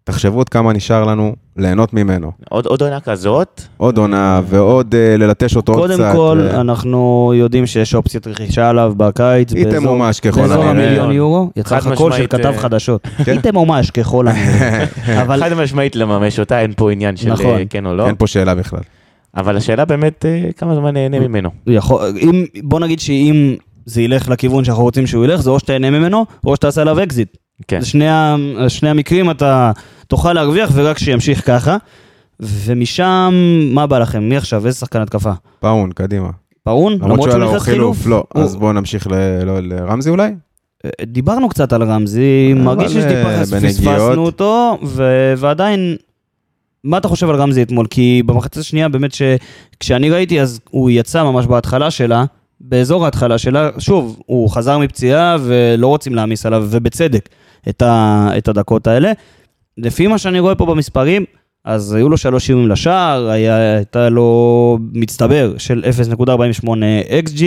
S2: תחשבו עוד כמה נשאר לנו ליהנות ממנו.
S5: עוד עוד עונה כזאת,
S2: עוד עונה ועוד אה, ללטש אותו עוד
S1: קודם
S2: קצת.
S1: כל,
S2: אה,
S1: אנחנו יודעים שיש אופציית רכישה עליו בקיץ.
S2: היא
S1: באזור-
S2: תמומש ככל
S1: באזור
S2: הנראה. כן.
S1: המיליון יורו, יצא
S5: חד
S1: לך קול של
S5: משמעית,
S1: כתב
S5: אה,
S2: <laughs>
S1: חדשות. היא תמומש ככל הנראה. אבל
S5: חד משמעית לממש אותה, אין פה עניין של
S1: נכון.
S5: אה, כן או לא,
S2: אין פה שאלה בכלל.
S5: אבל השאלה באמת אה, כמה זמן נהנה ממנו.
S1: יכול- אם- בוא נגיד שאם זה ילך לכיוון שאנחנו רוצים שהוא ילך, זה או שתהנה ממנו, או שתעשה עליו אקזיט.
S5: כן.
S1: זה שני, ה- שני המקרים אתה תוכל להרוויח ורק שימשיך ככה. ומשם, מה בא לכם? מי עכשיו? איזה שחקן התקפה?
S2: פאון, קדימה.
S1: פאון?
S2: למרות שהוא היה לו
S1: נכנס
S2: חילוף, לא.
S1: הוא-
S2: אז בואו נמשיך ל- לא, לרמזי אולי?
S1: אה, דיברנו קצת על רמזי,
S2: אבל,
S1: מרגיש שיש טיפה
S2: אה,
S1: חס-
S2: בנגיעות.
S1: פספסנו אותו, ו- ועדיין, מה אתה חושב על רמזי אתמול? כי במחצית השנייה באמת שכשאני ראיתי אז הוא יצא ממש בהתחלה שלה, באזור ההתחלה שלה, שוב, הוא חזר מפציעה ולא רוצים להעמיס עליו, ובצדק, את, ה- את הדקות האלה. לפי מה שאני רואה פה במספרים, אז היו לו שלוש איומים לשער, היה, הייתה לו מצטבר של 0.48 XG,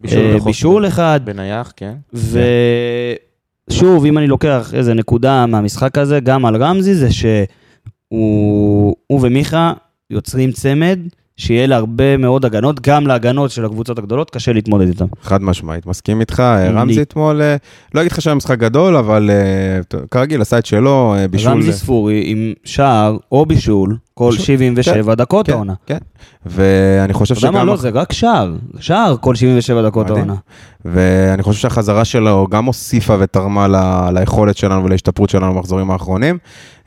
S5: בישול
S1: אה,
S5: וחופש.
S1: בישול אחד,
S5: בנייח, כן.
S1: ושוב, אם אני לוקח איזה נקודה מהמשחק הזה, גם על רמזי, זה שהוא הוא ומיכה יוצרים צמד שיהיה להרבה מאוד הגנות, גם להגנות של הקבוצות הגדולות, קשה להתמודד איתן.
S2: חד משמעית, מסכים איתך. אה, רמזי
S1: לי.
S2: אתמול, אה, לא אגיד לך שהיה משחק גדול, אבל אה, ת- כרגיל עשה את שלו, אה, בישול.
S1: רמזי ספורי עם שער או בישול כל
S2: בישול,
S1: 77 דקות
S2: כן,
S1: העונה.
S2: כן, ואני חושב
S1: אתה יודע מה
S2: שגם...
S1: לא, זה רק שער, שער כל 77 דקות
S2: מדהים.
S1: העונה.
S2: ואני חושב שהחזרה שלו גם הוסיפה ותרמה ל- ליכולת שלנו ולהשתפרות שלנו במחזורים האחרונים.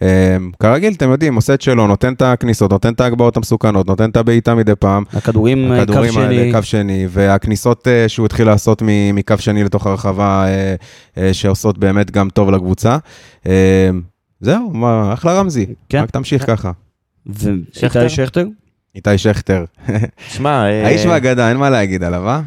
S2: אה, כרגיל, אתם יודעים, עושה את שלו, נותן את הכניסות, נותן את ההגבהות המסוכנות, נותן את הבעיטה מדי פעם.
S1: הכדורים, אה, קו
S2: הכדורים האלה,
S1: שני,
S2: קו שני, והכניסות אה, שהוא התחיל לעשות מ- מקו שני לתוך הרחבה, אה, אה, שעושות באמת גם טוב לקבוצה. אה, זהו, מה, אחלה רמזי.
S1: כן.
S2: רק תמשיך ככה.
S1: ואיתי
S5: שכטר?
S1: שכטר?
S2: איתי שכטר,
S5: שמע, אה,
S2: האיש והאגדה, אין מה להגיד עליו, אה?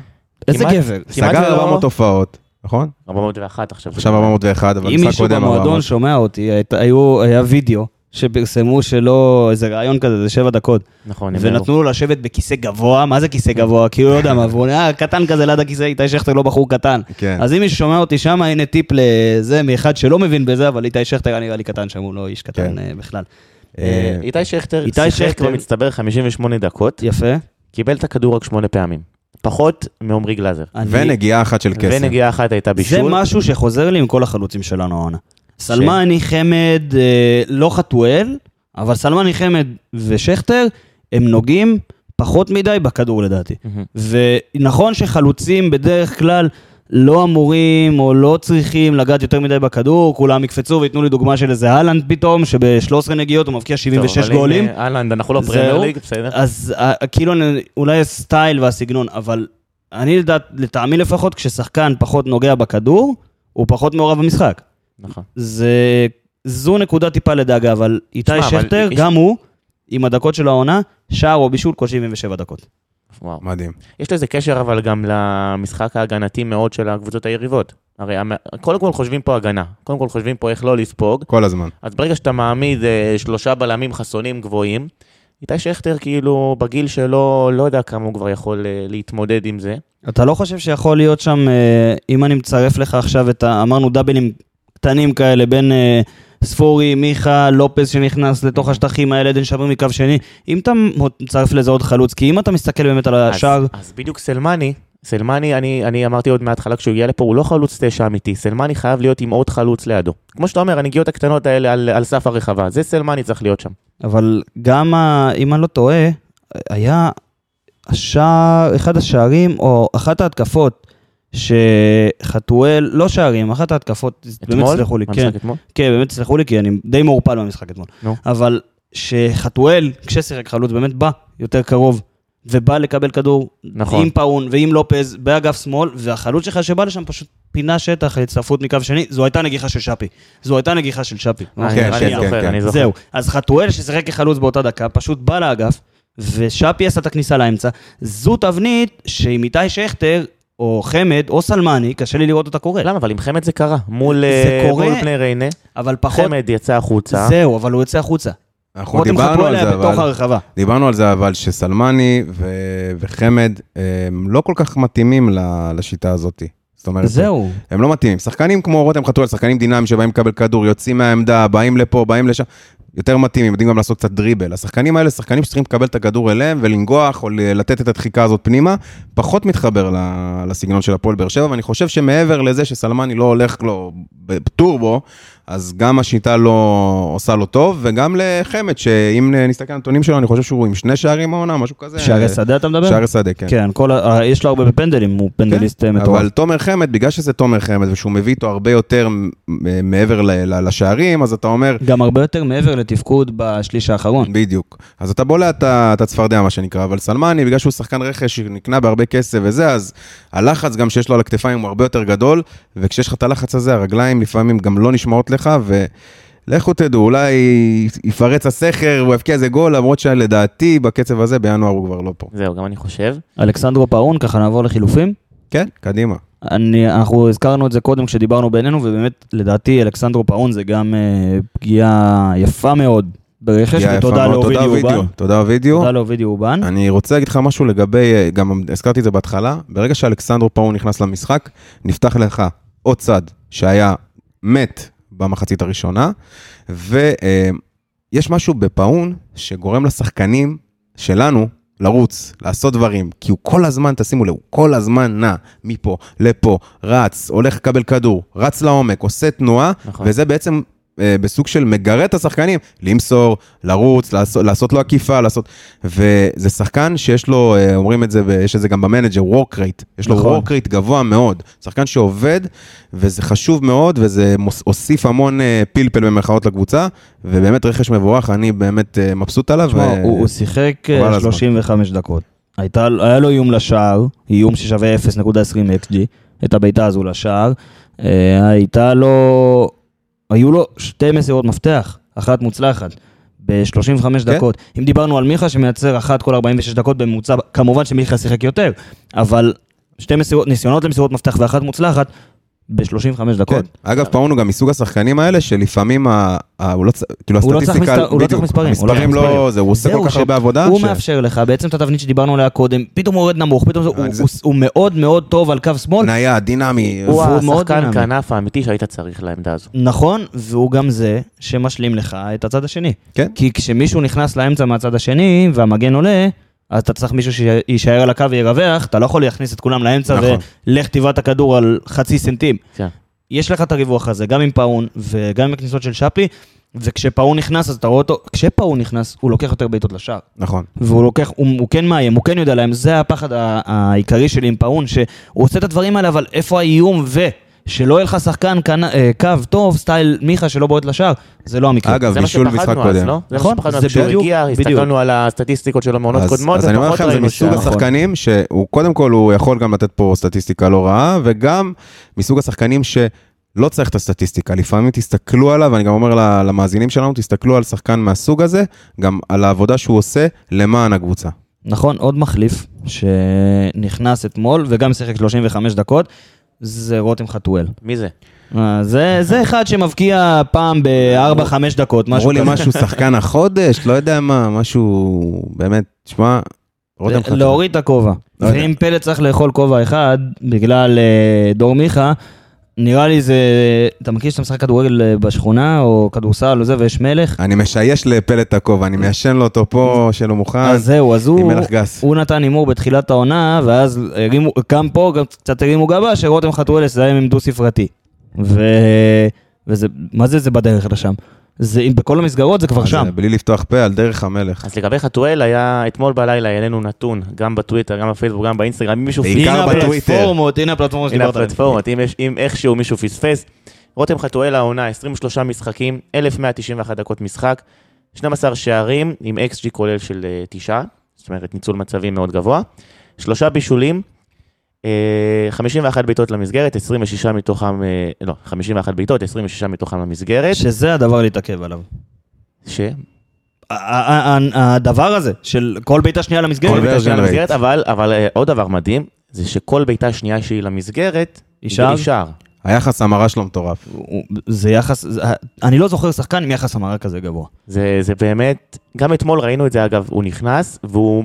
S1: איזה
S5: כמעט-
S1: גבר.
S5: כמעט
S2: סגר
S5: ולא-
S2: 400 הופעות, נכון?
S5: 401 עכשיו.
S2: עכשיו 401, אבל
S1: אה, אם
S2: משחק
S1: מישהו
S2: קודם
S1: במועדון
S2: 400.
S1: שומע אותי, היית- היו- היה וידאו שפרסמו שלא, איזה רעיון כזה, זה שבע דקות,
S5: נכון, הם
S1: ונתנו לו לשבת בכיסא גבוה, מה זה כיסא גבוה? כי הוא לא יודע מה, והוא נראה קטן כזה ליד הכיסא, איתי שכטר לא בחור קטן.
S2: כן.
S1: אז אם מישהו שומע אותי שם, הנה טיפ לזה, מאחד שלא מבין בזה, אבל איתי שכטר היה נראה לי קטן שם, הוא לא איש
S2: כן.
S1: קטן אה, בכלל.
S5: אה, איתי שכטר
S1: איתי
S5: שיחק
S1: שכטר-
S5: במצטבר 58 דקות,
S1: יפה.
S5: קיבל את הכדור רק 8 פעמים. פחות מעומרי גלאזר.
S1: אני-
S2: ונגיעה אחת של קסם.
S5: ונגיעה אחת הייתה
S1: זה
S5: בישול.
S1: משהו שחוזר לי עם כל החלוצים שלנו העונה. סלמני, חמד, אה, לא חתואל, אבל סלמני, חמד ושכטר, הם נוגעים פחות מדי בכדור לדעתי.
S5: מהמם.
S1: ונכון שחלוצים בדרך כלל לא אמורים או לא צריכים לגעת יותר מדי בכדור, כולם יקפצו וייתנו לי דוגמה של איזה אהלנד פתאום, שב-13 נגיעות הוא מבקיע
S5: טוב,
S1: 76
S5: אבל אם,
S1: גולים.
S5: אה, אהלנד, אנחנו לא
S1: זהו.
S5: פרמייר ליג, בסדר.
S1: אז אה, כאילו אני- אולי הסטייל והסגנון, אבל אני לדעת, לטעמי לפחות, כששחקן פחות נוגע בכדור, הוא פחות מעורב במשחק.
S5: נכון.
S1: זה, זו נקודה טיפה לדאגה, אבל איתי
S5: שמע, אבל
S1: שכטר,
S5: יש-
S1: גם הוא, עם הדקות של העונה, שער או בישול כל 77 דקות.
S5: וואו.
S2: מדהים.
S5: יש לזה קשר אבל גם למשחק ההגנתי מאוד של הקבוצות היריבות. הרי המ- קודם כל חושבים פה הגנה, קודם כל חושבים פה איך לא לספוג,
S2: כל הזמן.
S5: אז ברגע שאתה מעמיד אה, שלושה בלמים חסונים גבוהים, איתי שכטר כאילו בגיל שלו, לא יודע כמה הוא כבר יכול אה, להתמודד עם זה.
S1: אתה לא חושב שיכול להיות שם, אה, אם אני מצרף לך עכשיו את ה... אמרנו דאבלים קטנים כאלה בין אה, ספורי, מיכה, לופז שנכנס
S5: Mm-hmm.
S1: לתוך השטחים האלה, עדן שמיר מקו שני, אם אתה מצרף לזה עוד חלוץ, כי אם אתה מסתכל באמת על השער,
S5: אז, אז בדיוק סלמני, סלמני, אני, אני אמרתי עוד מההתחלה כשהוא הגיע לפה, הוא לא חלוץ תשע אמיתי, סלמני חייב להיות עם עוד חלוץ לידו. כמו שאתה אומר, הנגיעות הקטנות האלה על, על סף הרחבה, זה סלמני צריך להיות שם.
S1: אבל גם, ה... אם אני לא טועה, היה השער, אחד השערים, או אחת ההתקפות שחתואל, לא שערים, אחת ההתקפות,
S5: אתמול?
S1: באמת סלחו לי,
S5: מה,
S1: כן.
S5: המשחק אתמול?
S1: כן, באמת סלחו לי, כי אני די מעורפל מהמשחק אתמול.
S5: נו.
S1: אבל שחתואל, כששיחק חלוץ, באמת בא יותר קרוב, ובא לקבל כדור,
S5: נכון.
S1: עם פאון ועם לופז, באגף שמאל, והחלוץ שלך שבא לשם פשוט פינה שטח להצטרפות מקו שני, זו הייתה נגיחה של שפי. זו הייתה נגיחה של שפי.
S5: אה,
S2: כן,
S5: אני-
S2: כן,
S5: אני
S2: כן,
S5: זוכר,
S2: כן.
S5: אני זוכר.
S1: זהו. אז חתואל ששיחק כחלוץ באותה דקה, פשוט בא לאגף, ושאפי עשה את הכניסה לאמצע. זו תבנית שעם איתי שכטר, או חמד, או סלמני, קשה לי לראות אותה קורה.
S5: למה? אבל עם חמד זה קרה. מול
S1: זה
S5: אה,
S1: קורה.
S5: מול פני ריינה,
S1: אבל
S2: נכון.
S1: פחות...
S5: חמד יצא החוצה.
S1: זהו, אבל הוא יוצא החוצה.
S2: אנחנו
S1: רותם
S2: דיברנו
S1: חתואל
S2: על
S1: היה
S2: זה,
S1: בתוך
S2: אבל...
S1: הרחבה.
S2: דיברנו על זה, אבל שסלמני ו- וחמד הם לא כל כך מתאימים ל- לשיטה הזאת. זאת אומרת,
S1: זהו.
S2: הם לא מתאימים. שחקנים כמו רותם חתואל, שחקנים דינאמיים שבאים לקבל כדור, יוצאים מהעמדה, באים לפה, באים לשם, יותר מתאימים, יודעים גם לעשות קצת דריבל. השחקנים האלה, שחקנים שצריכים לקבל את הכדור אליהם ולנגוח או ל- לתת את הדחיקה הזאת פנימה, פחות מתחבר ל- לסגנון של הפועל באר שבע, ואני חושב שמעבר לזה שסלמני לא הולך לו בטורבו, אז גם השיטה לא עושה לו טוב, וגם לחמד, שאם נסתכל על הנתונים שלו, אני חושב שהוא עם שני שערים העונה, משהו כזה.
S1: שערי שדה אתה מדבר?
S2: אה, שערי שדה, כן.
S1: כן, כל ה- אה, יש לו הרבה בפנדלים, הוא פנדליסט אה, מטורף.
S2: אבל תומר חמד, בגלל שזה תומר חמד, ושהוא מביא איתו הרבה יותר מ- מ- מעבר ל- ל- לשערים, אז אתה אומר,
S1: גם הרבה יותר מעבר לתפקוד בשליש האחרון.
S2: בדיוק. אז אתה בולע את ה- את הצפרדע, מה שנקרא, אבל סלמני, בגלל שהוא שחקן רכש, נקנה בהרבה כסף וזה, אז הלחץ גם שיש לו על הכתפיים הוא הרבה יותר גדול, וכשיש לך את הלחץ הזה, הרגליים לפעמים גם לא נשמעות לך, ו... לכו תדעו, אולי יפרץ הסכר, הוא יבקיע איזה גול, למרות שלדעתי בקצב הזה בינואר הוא כבר לא פה.
S5: זהו, גם אני חושב.
S1: אלכסנדרו פאון, ככה נעבור לחילופים.
S2: כן, קדימה.
S1: אני, אנחנו הזכרנו את זה קודם כשדיברנו בינינו, ובאמת, לדעתי, אלכסנדרו פאון זה גם אה, פגיעה יפה מאוד ברכש,
S2: יפה
S1: ותודה
S2: מאוד,
S1: לאובידי אובן.
S2: תודה אובידיו.
S1: תודה לאובידי אובן.
S2: אני רוצה להגיד לך משהו לגבי, אה, גם הזכרתי את זה בהתחלה, ברגע שאלכסנדרו פאון נכנס למשחק, נפתח לך עוד צד שהיה מת במחצית הראשונה, ויש משהו בפאון שגורם לשחקנים שלנו לרוץ, לעשות דברים, כי הוא כל הזמן, תשימו לב, הוא כל הזמן נע מפה לפה, רץ, הולך לקבל כדור, רץ לעומק, עושה תנועה,
S5: נכון.
S2: וזה בעצם אה, בסוג של מגרה את השחקנים, למסור, לרוץ, לעשות, לעשות לו עקיפה, לעשות... וזה שחקן שיש לו, אה, אומרים את זה, ב- יש את זה גם במנג'ר, work rate. יש לו
S1: נכון.
S2: נכון. work rate גבוה מאוד. שחקן שעובד, וזה חשוב מאוד, וזה מוס, הוסיף המון אה, פלפל במרכאות לקבוצה, ובאמת רכש מבורך, אני באמת אה, מבסוט עליו.
S1: תשמע, הוא הוא שיחק אה,
S2: חבל על הזמן.
S1: 35 דקות. הייתה, היה לו איום לשער, איום ששווה 0.20 XG, את הבעיטה הזו לשער. אה, הייתה לו, היו לו שתי מסירות מפתח, אחת מוצלחת, ב-35
S2: כן.
S1: דקות. אם דיברנו על מיכה שמייצר אחת כל 46 דקות בממוצע, כמובן שמיכה שיחק יותר, אבל שתי מסירות, ניסיונות למסירות מפתח ואחת מוצלחת, ב-35 דקות.
S2: כן. אגב, פאון הוא גם מסוג השחקנים האלה שלפעמים, ה, ה, הוא לא צריך, כאילו
S1: הוא לא צריך
S2: הסטטיסטיקה,
S1: מספר- הוא לא צריך
S2: בדיוק,
S1: מספרים, הוא לא
S2: המספרים
S1: צריך
S2: לא,
S1: מספרים.
S2: זה, הוא עושה
S1: זהו,
S2: כל כך הרבה עבודה.
S1: הוא
S2: ש-
S1: מאפשר לך, בעצם את התבנית שדיברנו עליה קודם, פתאום הוא יורד נמוך, פתאום זה- הוא-
S2: זה-
S1: הוא- הוא מאוד מאוד טוב על קו שמאל,
S2: נייד, דינמי.
S5: הוא
S1: והוא מאוד
S5: השחקן
S1: דינמי.
S5: כנף האמיתי שהיית צריך לעמדה הזו.
S1: נכון, והוא גם זה שמשלים לך את הצד השני.
S2: כן.
S1: כי כשמישהו נכנס לאמצע מהצד השני, והמגן עולה, אז אתה צריך מישהו שיישאר על הקו וירווח, אתה לא יכול להכניס את כולם לאמצע
S2: נכון.
S1: ולך תבעט את הכדור על חצי סנטים.
S5: כן.
S1: יש לך את הריווח הזה, גם עם פאון וגם עם הכניסות של שפי, וכשפאון נכנס, אז אתה רואה אותו, כשפאון נכנס, הוא לוקח יותר בעיטות לשער.
S2: נכון.
S1: והוא לוקח, הוא, הוא כן מאיים, הוא כן יודע להם, זה הפחד ה- העיקרי שלי עם פאון, שהוא עושה את הדברים האלה, אבל איפה האיום ו... שלא יהיה לך שחקן קנ... אה, קו טוב, סטייל מיכה שלא בועט לשער, זה לא המקרה.
S2: אגב,
S5: זה מה
S2: בישול משחק
S5: שפחדנו אז,
S2: קודם.
S5: לא? זה מה
S1: נכון,
S5: שפחדנו אז
S1: זה
S5: כשהוא
S1: בדיוק,
S5: הגיע,
S1: בדיוק.
S5: הסתכלנו על הסטטיסטיקות שלו מעונות
S2: אז,
S5: קודמות,
S2: אז אני אומר
S5: ופחות
S2: לכם, זה
S5: ראינו
S2: מסוג
S5: שם.
S1: נכון.
S2: השחקנים שהוא, קודם כל, הוא יכול גם לתת פה סטטיסטיקה לא רעה, וגם מסוג השחקנים שלא צריך את הסטטיסטיקה. לפעמים תסתכלו עליו, אני גם אומר ל- למאזינים שלנו, תסתכלו על שחקן מהסוג הזה, גם על העבודה שהוא עושה למען הקבוצה.
S1: נכון, עוד מחליף שנכנס אתמול וגם שיחק 35 דקות, זה רותם חתואל.
S5: מי זה?
S1: אה, זה, זה אחד שמבקיע פעם ב-4-5 דקות, משהו
S2: אמרו לי
S1: כזה.
S2: משהו שחקן החודש, לא יודע מה, משהו, באמת, שמע, רותם חתן.
S1: להוריד את הכובע.
S2: לא יודע.
S1: ואם פלד צריך לאכול כובע אחד בגלל אה, דור מיכה, נראה לי זה... אתה מכיר שאתה משחק כדורגל אה, בשכונה או כדורסל או זה ויש מלך?
S2: אני משייש לפלט הכובע, אני מיישן לו אותו פה, שלא מוכן.
S1: אז זהו, אז
S2: עם
S1: הוא,
S2: מלח גס.
S1: הוא נתן הימור בתחילת העונה, ואז הרימו, גם פה גם קצת הרימו גבה, שרותם חתואל יסיים עם דו-ספרתי. ו... וזה, מה זה זה בדרך לשם? זה, אם בכל המסגרות זה כבר
S2: אז,
S1: שם.
S2: אה, בלי לפתוח פה, על דרך המלך.
S5: אז לגבי חתואל היה, אתמול בלילה העלינו נתון, גם בטוויטר, גם בפייסבוק, גם באינסטגרם, אם מישהו
S2: בעיקר
S5: פספס-
S1: הנה
S2: בטוויטר.
S1: הפלטפורמות, הנה הפלטפורמות
S5: הנה
S1: שדיברת עליהן.
S5: הפלטפורמות, אם, יש- אם איכשהו מישהו פספס. רותם חתואל העונה, 23 משחקים, 1,191 דקות משחק, 12 שערים עם XG כולל של אה, תשעה, זאת אומרת ניצול מצבים מאוד גבוה, שלושה בישולים, אה, 51 בעיטות למסגרת, 26 מתוכם, אה, לא, 51 בעיטות, 26 מתוכם למסגרת,
S1: שזה הדבר להתעכב עליו.
S5: ש...
S1: ה- ה- ה- הדבר הזה של כל בעיטה שנייה
S2: כל
S1: למסגרת,
S2: בעיטה
S5: שנייה
S2: Conversion rate.
S5: למסגרת, אבל, אבל אה, עוד דבר מדהים, זה שכל בעיטה שנייה שהיא למסגרת,
S1: היא שער?
S5: היא שער.
S2: היחס המרה שלו מטורף.
S1: הוא- זה יחס, זה- אני לא זוכר שחקן עם יחס המרה כזה גבוה.
S5: זה, זה באמת, גם אתמול ראינו את זה אגב, הוא נכנס והוא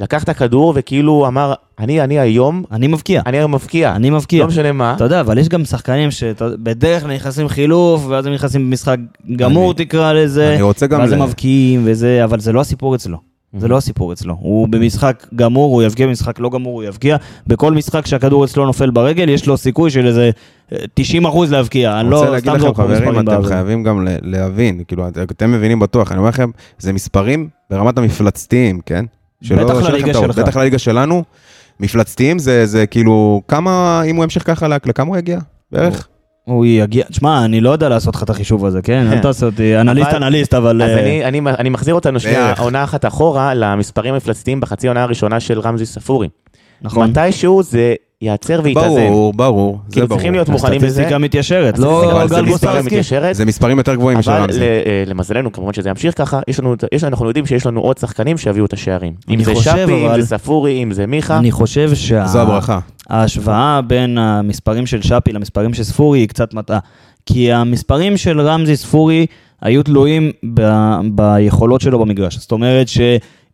S5: לקח את הכדור וכאילו אמר, אני, אני היום,
S1: אני מבקיע,
S5: אני היום מבקיע,
S1: אני מבקיע.
S5: לא משנה מה,
S1: אתה יודע, אבל יש גם שחקנים שבדרך כלל נכנסים חילוף, ואז הם נכנסים במשחק גמור
S2: אני-
S1: תקרא לזה,
S2: אני רוצה גם...
S1: ואז הם
S2: ל-
S1: מבקיעים וזה, אבל זה לא הסיפור אצלו. זה לא הסיפור אצלו. הוא במשחק גמור, הוא יבקיע, במשחק לא גמור, הוא יבקיע. בכל משחק שהכדור אצלו נופל ברגל, יש לו סיכוי של איזה אה, 90% להבקיע. אני
S2: אני רוצה
S1: לא
S2: להגיד
S1: סתם
S2: לכם,
S1: זורק פה
S2: חברים,
S1: מספרים
S2: אתם
S1: באוויר.
S2: חייבים גם ל- להבין, כאילו, את- אתם מבינים בטוח, אני אומר לכם, זה מספרים ברמת המפלצתיים, כן? שלא-
S1: בטח
S2: שאין לכם
S1: לליגה
S2: טעות.
S1: שלך.
S2: בטח לליגה שלנו, מפלצתיים זה זה כאילו, כמה, אם הוא ימשיך ככה, ל- לכמה הוא יגיע? בערך?
S1: הוא יגיע, תשמע, אני לא יודע לעשות לך את החישוב הזה, כן? אל תעשה אותי אנליסט,
S5: אבל-
S1: אנליסט, אבל...
S5: אז
S1: אה,
S5: אני, אני, אני מחזיר אותנו שנייה
S2: בערך.
S5: עונה אחת אחורה למספרים המפלצתיים בחצי העונה הראשונה של רמזי ספורי.
S1: נכון.
S5: מתישהו זה ייעצר ויתאזן.
S2: ברור, ברור, זה
S5: כאילו
S2: ברור.
S5: צריכים להיות מוכנים בזה.
S1: הסטטיסטיקה מתיישרת, לא
S2: אבל זה
S1: גל
S2: מספרים
S1: גוסרסקי.
S5: מתיישרת.
S2: זה מספרים יותר גבוהים משל
S5: אבל ל-
S2: רמזי.
S5: אה, למזלנו, כמובן שזה ימשיך ככה, יש לנו, יש, אנחנו יודעים שיש לנו עוד שחקנים שיביאו את השערים. אם
S1: אני
S5: זה
S1: חושב,
S5: שפי, אם
S1: אבל-
S5: זה ספורי, אם זה מיכה.
S1: אני חושב
S2: זו הברכה.
S1: שההשוואה בין המספרים של שפי למספרים של ספורי היא קצת מטעה. כי המספרים של רמזי ספורי היו תלויים ב- ביכולות שלו במגרש. זאת אומרת ש...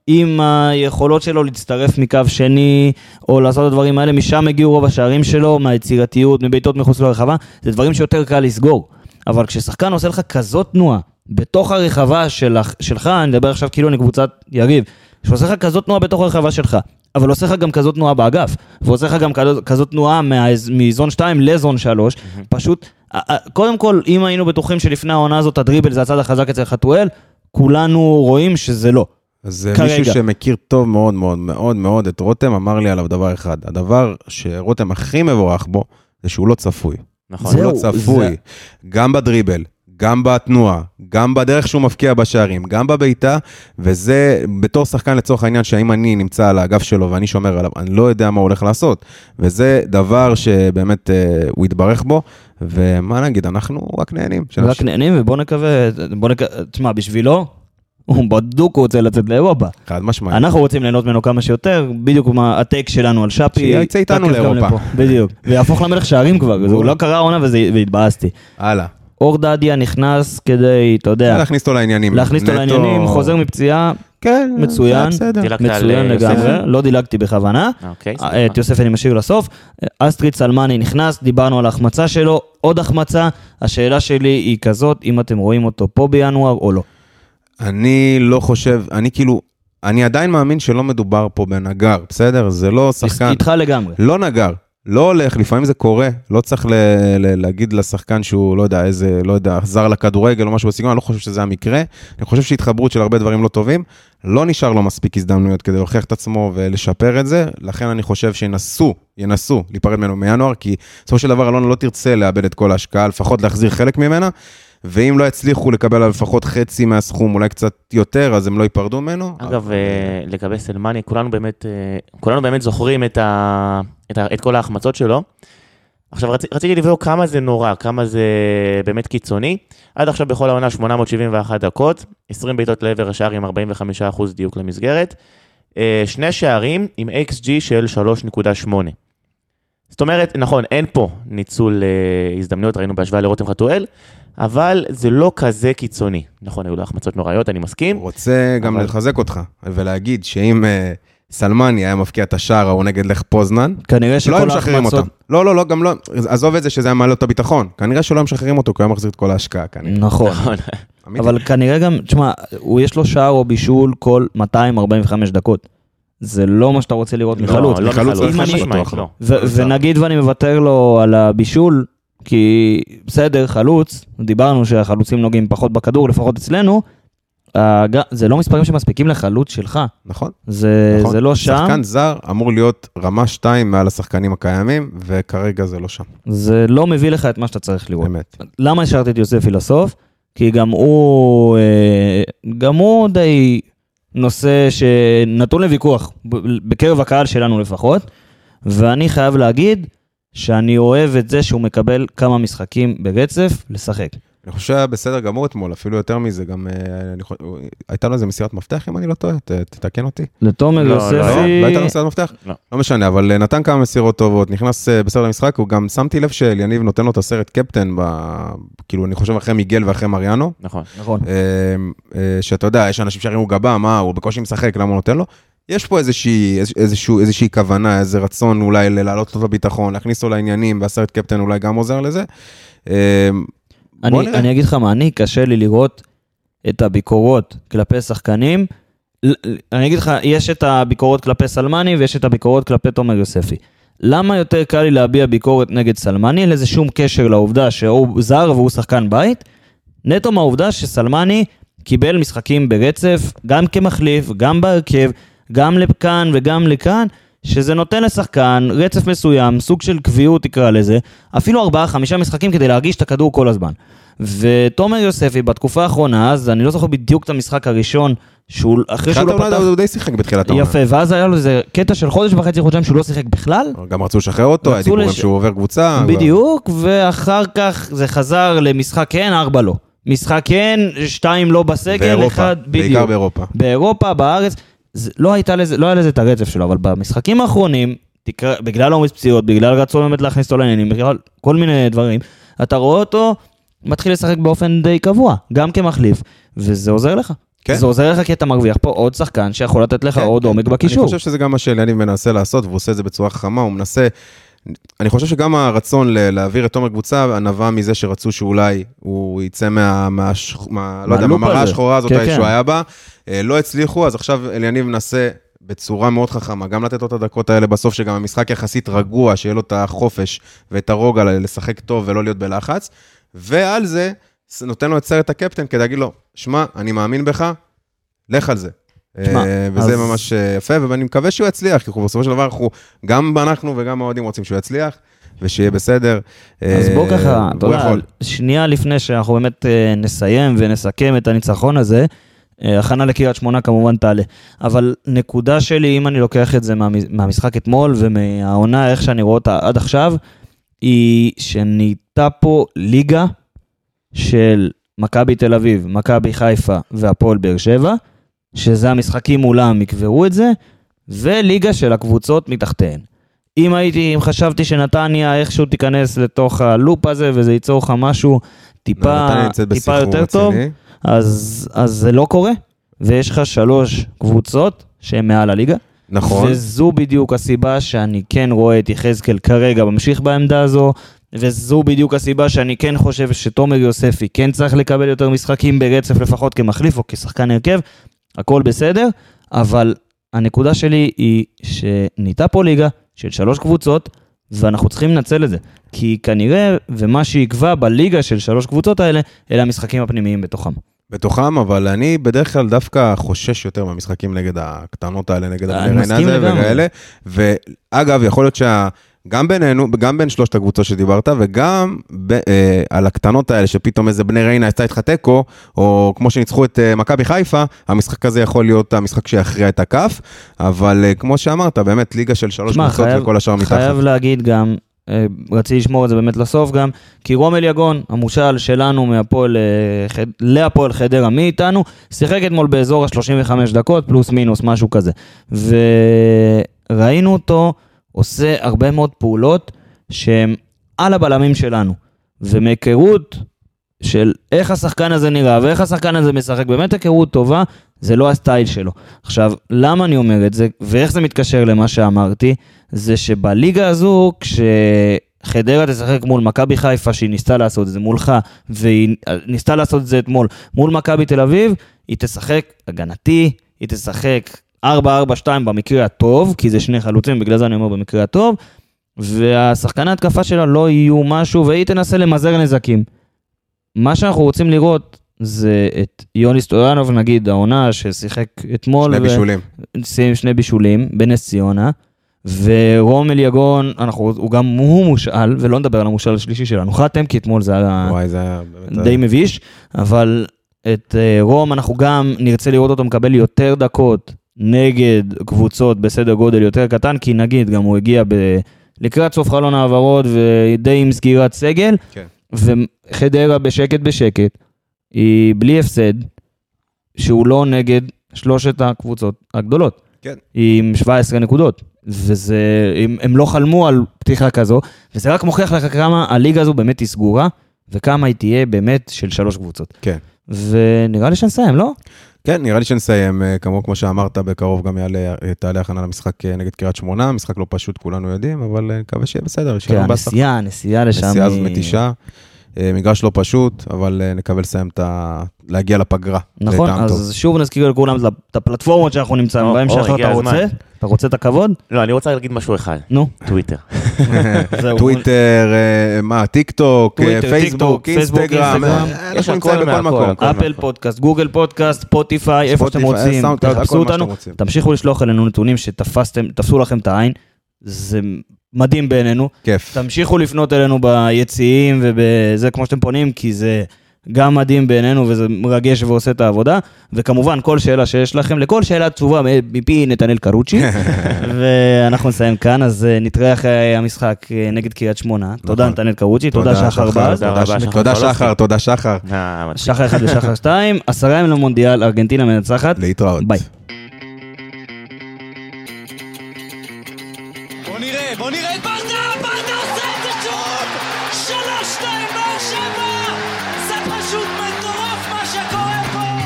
S1: עם היכולות שלו להצטרף מקו שני, או לעשות את הדברים האלה, משם הגיעו רוב השערים שלו, מהיצירתיות, מבעיטות מחוץ לרחבה, זה דברים שיותר קל לסגור. אבל כששחקן עושה לך כזאת תנועה, בתוך הרחבה שלך, שלך אני מדבר עכשיו כאילו אני קבוצת יריב, שעושה לך כזאת תנועה בתוך הרחבה שלך, אבל עושה לך גם כזאת תנועה באגף, ועושה לך גם כזאת, כזאת תנועה מה, מזון 2 לזון 3, פשוט, ה- ה- קודם כל, אם היינו בטוחים שלפני העונה הזאת הדריבל זה הצד החזק אצל חתואל, כולנו רואים שזה לא.
S2: זה
S1: כרגע.
S2: אה, מישהו שמכיר טוב מאוד מאוד מאוד מאוד את רותם, אמר לי עליו דבר אחד. הדבר שרותם הכי מבורך בו, זה שהוא לא צפוי.
S5: נכון.
S2: הוא לא
S1: זהו,
S2: צפוי.
S1: זה-
S2: גם בדריבל, גם בתנועה, גם בדרך שהוא מבקיע בשערים, גם בבעיטה, וזה בתור שחקן לצורך העניין, שאם אני נמצא על האגף שלו ואני שומר עליו, אני לא יודע מה הוא הולך לעשות. וזה דבר שבאמת אה, הוא התברך בו, ומה נגיד, אנחנו רק נהנים. של
S1: רק
S2: הש-
S1: נהנים ובוא נקווה, בוא נקווה, תשמע, בשבילו, הוא בדוק רוצה לצאת לאירופה.
S2: חד משמעית.
S1: אנחנו רוצים ליהנות ממנו כמה שיותר, בדיוק מה הטייק שלנו על שפי.
S2: שיצא איתנו
S1: תקף גם
S2: לאירופה.
S1: לפה, בדיוק. ויהפוך למלך שערים כבר, זה הוא לא קרה העונה וזה- והתבאסתי.
S2: הלאה.
S1: אור דדיה נכנס כדי, אתה יודע,
S2: להכניס אותו לעניינים.
S1: אה. להכניס אותו
S2: אה, נטו-
S1: לעניינים, חוזר מפציעה,
S2: כן,
S1: מצוין.
S2: זה בסדר.
S5: דילגת על,
S1: מצוין
S5: אה,
S1: לגמרי,
S5: יוספי.
S1: לא דילגתי בכוונה.
S5: אוקיי, סליחה.
S1: אה, את יוסף אני משאיר לסוף. אה, אסטרית סלמני נכנס, דיברנו על ההחמצה שלו, עוד החמצה. השאלה שלי היא כזאת, אם אתם רואים אותו פה בינואר או לא.
S2: אני לא חושב, אני כאילו, אני עדיין מאמין שלא מדובר פה בנגר, בסדר? זה לא שחקן...
S1: איתך לגמרי.
S2: לא נגר, לא הולך, לפעמים זה קורה, לא צריך ל- ל- להגיד לשחקן שהוא, לא יודע, איזה, לא יודע, זר לכדורגל או משהו בסגנון, אני לא חושב שזה המקרה. אני חושב שהתחברות של הרבה דברים לא טובים, לא נשאר לו מספיק הזדמנויות כדי להוכיח את עצמו ולשפר את זה, לכן אני חושב שינסו, ינסו להיפרד ממנו מינואר, כי בסופו של דבר אלונה לא תרצה לאבד את כל ההשקעה, לפחות להחזיר חלק ממנה. ואם לא יצליחו לקבל עליו לפחות חצי מהסכום, אולי קצת יותר, אז הם לא ייפרדו ממנו.
S5: אגב, אה, לגבי סלמני, כולנו באמת, אה, כולנו באמת זוכרים את, ה, את, ה, את כל ההחמצות שלו. עכשיו, רצ, רציתי לבדוק כמה זה נורא, כמה זה באמת קיצוני. עד עכשיו בכל העונה 871 דקות, 20 בעיטות לעבר השער עם 45% דיוק למסגרת, אה, שני שערים עם XG של 3.8. זאת אומרת, נכון, אין פה ניצול אה, הזדמנויות, ראינו בהשוואה לרותם חתואל, אבל זה לא כזה קיצוני. נכון, היו לו החמצות נוראיות, אני מסכים.
S2: רוצה גם
S5: אבל-
S2: לחזק אותך ולהגיד שאם אה, סלמני היה מבקיע את השער ההוא נגד לך פוזנן,
S1: כנראה
S2: לא
S1: שכל
S2: היו משחררים אותם.
S1: ההחמצות...
S2: לא, לא, לא, גם לא, עזוב את זה שזה היה מעלה לו את הביטחון. כנראה שלא היו משחררים אותו, כי הוא היה מחזיר את כל ההשקעה כנראה.
S1: נכון.
S5: נכון.
S2: אמיתי.
S1: אבל כנראה גם, תשמע, הוא יש לו שער או בישול כל 245 דקות. זה לא מה שאתה רוצה לראות מחלוץ.
S5: לא, לא
S2: מחלוץ,
S5: מחלוץ,
S1: אם
S5: חד
S1: אני-
S5: משמעית, לא.
S1: ו- ונגיד ואני מוותר לו על הבישול, כי בסדר, חלוץ, דיברנו שהחלוצים נוגעים פחות בכדור, לפחות אצלנו, הג... זה לא מספרים שמספיקים לחלוץ שלך,
S2: נכון,
S1: זה,
S2: נכון.
S1: זה לא שם,
S2: שחקן זר אמור להיות רמה 2 מעל השחקנים הקיימים, וכרגע זה לא שם,
S1: זה לא מביא לך את מה שאתה צריך לראות.
S2: באמת.
S1: למה השארתי את יוספי לסוף? כי גם הוא, אה, גם הוא די נושא שנתון לוויכוח, ב- בקרב הקהל שלנו לפחות, ואני חייב להגיד שאני אוהב את זה שהוא מקבל כמה משחקים ברצף לשחק.
S2: אני חושב שהיה בסדר גמור אתמול, אפילו יותר מזה, גם אה, אני חושב- הייתה לו איזה מסירת מפתח, אם אני לא טועה, ת- תתקן אותי.
S1: לתומר
S5: לא,
S1: יוספי...
S2: לא? לא הייתה לו מסירת מפתח?
S5: לא.
S2: לא משנה, אבל אה, נתן כמה מסירות טובות, נכנס אה, בסדר למשחק, הוא גם שמתי לב שאליניב נותן לו את הסרט קפטן, ב- כאילו, אני חושב אחרי מיגל ואחרי מריאנו.
S5: נכון.
S1: נכון.
S2: אה, אה, שאתה יודע, יש אנשים שירימו גבה, מה, הוא בקושי משחק, למה הוא נותן לו? יש פה איזושהי, איז- איזשהו, איזושהי כוונה, איזה רצון אולי ל- להעלות לו את הביטחון, להכניס אותו לעניינים, והסרט קפטן אולי גם עוזר לזה. אה, בוא
S1: אני,
S2: נראה.
S1: אני אגיד לך מה, אני קשה לי לראות את הביקורות כלפי שחקנים. ל- ל- אני אגיד לך, יש את הביקורות כלפי סלמני ויש את הביקורות כלפי תומר יוספי. למה יותר קל לי להביע ביקורת נגד סלמני? אין לזה שום קשר לעובדה שהוא זר והוא שחקן בית. נטו מהעובדה שסלמני קיבל משחקים ברצף, גם כמחליף, גם בהרכב, גם לכאן וגם לכאן, שזה נותן לשחקן רצף מסוים, סוג של קביעות תקרא לזה, אפילו ארבעה, חמישה משחקים כדי להרגיש את הכדור כל הזמן. ותומר יוספי בתקופה האחרונה, אז אני לא זוכר בדיוק את המשחק הראשון, שהוא, אחרי שהוא
S2: תחילת
S1: לא
S2: העונה
S1: פתח...
S2: הוא לא די שיחק בתחילת העונה.
S1: יפה, ואז היה לו איזה קטע של חודש וחצי, חודשיים שהוא לא שיחק בכלל,
S2: גם רצו לשחרר אותו, היה
S1: רצו
S2: דיבורים
S1: לש-
S2: שהוא עובר קבוצה.
S1: בדיוק, ואחר כך זה חזר למשחק כן, ארבע לא. משחק כן, שתיים לא בסגל,
S2: באירופה,
S1: אחד, בדיוק.
S2: בעיקר באירופה.
S1: באירופה, בארץ, זה, לא, הייתה לזה, לא היה לזה את הרצף שלו, אבל במשחקים האחרונים, תקרא, בגלל עומס פציעות, בגלל רצון באמת להכניס אותו לעניינים, בגלל כל מיני דברים, אתה רואה אותו מתחיל לשחק באופן די קבוע, גם כמחליף, וזה עוזר לך.
S2: כן.
S1: זה עוזר לך כי אתה מרוויח פה עוד שחקן שיכול לתת לך
S2: כן,
S1: עוד
S2: כן.
S1: עומק בקישור.
S2: אני חושב שזה גם מה שאליניב מנסה לעשות, והוא עושה את זה בצורה חכמה, הוא מנסה... אני חושב שגם הרצון ל- להעביר את תומר קבוצה נבע מזה שרצו שאולי הוא יצא מה... מה, ש... מה לא יודע,
S1: מהלופ
S2: מהמראה
S1: הזה.
S2: השחורה הזאת
S1: כן,
S2: שהוא
S1: כן.
S2: היה בה. אה, לא הצליחו, אז עכשיו אליניב מנסה בצורה מאוד חכמה, גם לתת לו את הדקות האלה בסוף, שגם המשחק יחסית רגוע, שיהיה לו את החופש ואת הרוגע ל- לשחק טוב ולא להיות בלחץ. ועל זה נותן לו את סרט הקפטן כדי להגיד לו, שמע, אני מאמין בך, לך על זה.
S1: תשמע,
S2: אה, וזה
S1: אז-
S2: ממש אה, יפה, ואני מקווה שהוא יצליח, כי אנחנו בסופו של דבר, אנחנו, גם אנחנו וגם האוהדים רוצים שהוא יצליח, ושיהיה בסדר.
S1: אז בוא
S2: אה,
S1: ככה, אתה
S2: והוא
S1: יודע,
S2: יכול.
S1: שנייה לפני שאנחנו באמת אה, נסיים ונסכם את הניצחון הזה, אה, הכנה לקריית שמונה כמובן תעלה. אבל נקודה שלי, אם אני לוקח את זה מהמ- מהמשחק אתמול ומהעונה, איך שאני רואה אותה עד עכשיו, היא שנהייתה פה ליגה של מכבי תל אביב, מכבי חיפה והפועל באר שבע, שזה המשחקים מולם יקבעו את זה, וליגה של הקבוצות מתחתיהן. אם הייתי, אם חשבתי שנתניה איכשהו תיכנס לתוך הלופ הזה וזה ייצור לך משהו טיפה,
S2: לא, נתניה נמצאת
S1: טיפה
S2: בסחרור
S1: יותר טוב,
S2: רציני.
S1: אז, אז זה לא קורה, ויש לך שלוש קבוצות שהן מעל הליגה.
S2: נכון.
S1: וזו בדיוק הסיבה שאני כן רואה את יחזקאל כרגע ממשיך בעמדה הזו, וזו בדיוק הסיבה שאני כן חושב שתומר יוספי כן צריך לקבל יותר משחקים ברצף לפחות כמחליף או כשחקן הרכב, הכל בסדר, אבל הנקודה שלי היא שנהייתה פה ליגה של שלוש קבוצות, ואנחנו צריכים לנצל את זה. כי כנראה, ומה שיקבע בליגה של שלוש קבוצות האלה, אלה המשחקים הפנימיים בתוכם.
S2: בתוכם, אבל אני בדרך כלל דווקא חושש יותר מהמשחקים נגד הקטנות האלה, נגד
S1: אה, אני
S2: הבני ריינה
S1: מסכים
S2: הזה
S1: לגמרי.
S2: וכאלה. ואגב, יכול להיות שה... גם בינינו, גם בין שלושת הקבוצות שדיברת, וגם ב, אה, על הקטנות האלה, שפתאום איזה בני ריינה עשתה איתך תיקו, או כמו שניצחו את אה, מכבי חיפה, המשחק הזה יכול להיות המשחק שיכריע את הכף, אבל אה, כמו שאמרת, באמת ליגה של שלוש
S1: שמע,
S2: קבוצות
S1: חייב-
S2: וכל השאר מתחת.
S1: חייב להגיד גם אה, רציתי לשמור את זה באמת לסוף גם, כי רומל יגון, המושל שלנו מהפועל, אה, חד- להפועל חדרה, מי איתנו, שיחק אתמול באזור ה-35 דקות, פלוס מינוס, משהו כזה. וראינו אותו עושה הרבה מאוד פעולות שהן על הבלמים שלנו. ומהיכרות של איך השחקן הזה נראה ואיך השחקן הזה משחק, באמת היכרות טובה, זה לא הסטייל שלו. עכשיו, למה אני אומר את זה, ואיך זה מתקשר למה שאמרתי, זה שבליגה הזו, כשחדרה תשחק מול מכבי חיפה, שהיא ניסתה לעשות את זה מולך, והיא אה, ניסתה לעשות את זה אתמול, מול מכבי תל אביב, היא תשחק הגנתי, היא תשחק 4-4-2 במקרה הטוב, כי זה שני חלוצים, בגלל זה אני אומר במקרה הטוב, והשחקני ההתקפה שלה לא יהיו משהו, והיא תנסה למזער נזקים. מה שאנחנו רוצים לראות זה את יוני סטויאנוב, נגיד, העונה ששיחק אתמול.
S2: שני
S1: ו-
S2: בישולים.
S1: שים שני בישולים בנס ציונה, ורומל יגון, אנחנו, הוא גם הוא מושאל, ולא נדבר על המושאל השלישי שלנו, חתם, כי אתמול זה היה
S2: וואי, זה היה באמת...
S1: אה.
S2: אה,
S1: די מביש, אבל את אה, רום אנחנו גם נרצה לראות אותו מקבל יותר דקות נגד קבוצות בסדר גודל יותר קטן, כי נגיד גם הוא הגיע ב... לקראת סוף חלון העברות ודי עם סגירת סגל,
S2: כן.
S1: וחדרה בשקט בשקט, היא בלי הפסד, שהוא לא נגד שלושת הקבוצות הגדולות.
S2: כן.
S1: היא עם 17 נקודות, וזה, הם, הם לא חלמו על פתיחה כזו, וזה רק מוכיח לך כמה הליגה הזו באמת היא סגורה, וכמה היא תהיה באמת של שלוש קבוצות.
S2: כן.
S1: ונראה לי שנסיים, לא?
S2: כן, נראה לי שנסיים, אה, כמו, כמו שאמרת, בקרוב גם יעלה, אה, תעלה הכנה למשחק אה, נגד קריית שמונה, משחק לא פשוט, כולנו יודעים, אבל אה, נקווה שיהיה בסדר, יש
S1: כן,
S2: לנו באסה.
S1: הנסיעה, הנסיעה לשם.
S2: נסיעה זו
S1: היא-
S2: מתישה, אה, מגרש לא פשוט, אבל אה, נקווה לסיים את ה... להגיע לפגרה.
S1: נכון,
S2: לטעם טוב.
S5: <laughs>
S1: אז שוב נזכיר לכולם את הפלטפורמות שאנחנו נמצאים
S5: או,
S1: בהן,
S5: או,
S1: שחר,
S5: הגיע
S1: אתה רוצה?
S5: הזמן.
S1: אתה רוצה את הכבוד?
S5: לא, אני רוצה להגיד משהו אחד,
S1: נו,
S5: טוויטר.
S1: זהו.
S2: <laughs> טוויטר, אה, מה, טיק טוק, אה,
S1: טוויטר,
S2: פייסבוק,
S1: טיקטוק, פייסבוק,
S2: אינסטגרם,
S1: אינסטגרם.
S2: אה,
S5: יש
S2: אנחנו
S5: הכל
S2: נמצאים בכל
S5: מהכל,
S2: מקום.
S5: הכל.
S1: אפל פודקאסט, גוגל פודקאסט, ספוטיפיי, איפה שאתם
S2: ספוטיפיי,
S1: רוצים,
S2: סאונד, הכל,
S1: תחפשו
S2: אה, מה שאתם
S1: אותנו,
S2: רוצים.
S1: תמשיכו לשלוח אלינו נתונים שתפסתם, תפסו לכם את העין, זה מדהים בעינינו.
S2: כיף.
S1: תמשיכו לפנות אלינו ביציעים ובזה כמו שאתם פונים, כי זה גם מדהים בעינינו וזה מרגש ועושה את העבודה. וכמובן, כל שאלה שיש לכם, לכל שאלה תשובה מפי נתנאל <laughs> קרוצ'י. ואנחנו נסיים כאן, אז אה, נתראה אחרי המשחק אה, נגד קריית שמונה. תודה, נתנאל קרוצ'י, תודה, שחר בר.
S5: תודה רבה, שחר
S2: תודה,
S5: פרולובסקי.
S2: שחר, תודה, שחר.
S5: אה, מצחיק.
S1: שחר אחד ושחר שתיים, עשרה ימים למונדיאל, ארגנטינה מנצחת.
S2: להתראות.
S1: ביי.
S3: בוא נראה, בוא נראה את ברדה, ברדה עושה את זה שוב! שלוש, שתיים, באר שבע! זה פשוט מטורף מה שקורה פה!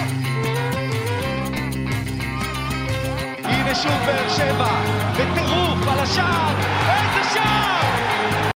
S4: הנה שוב באר שבע, בטירוף על השער,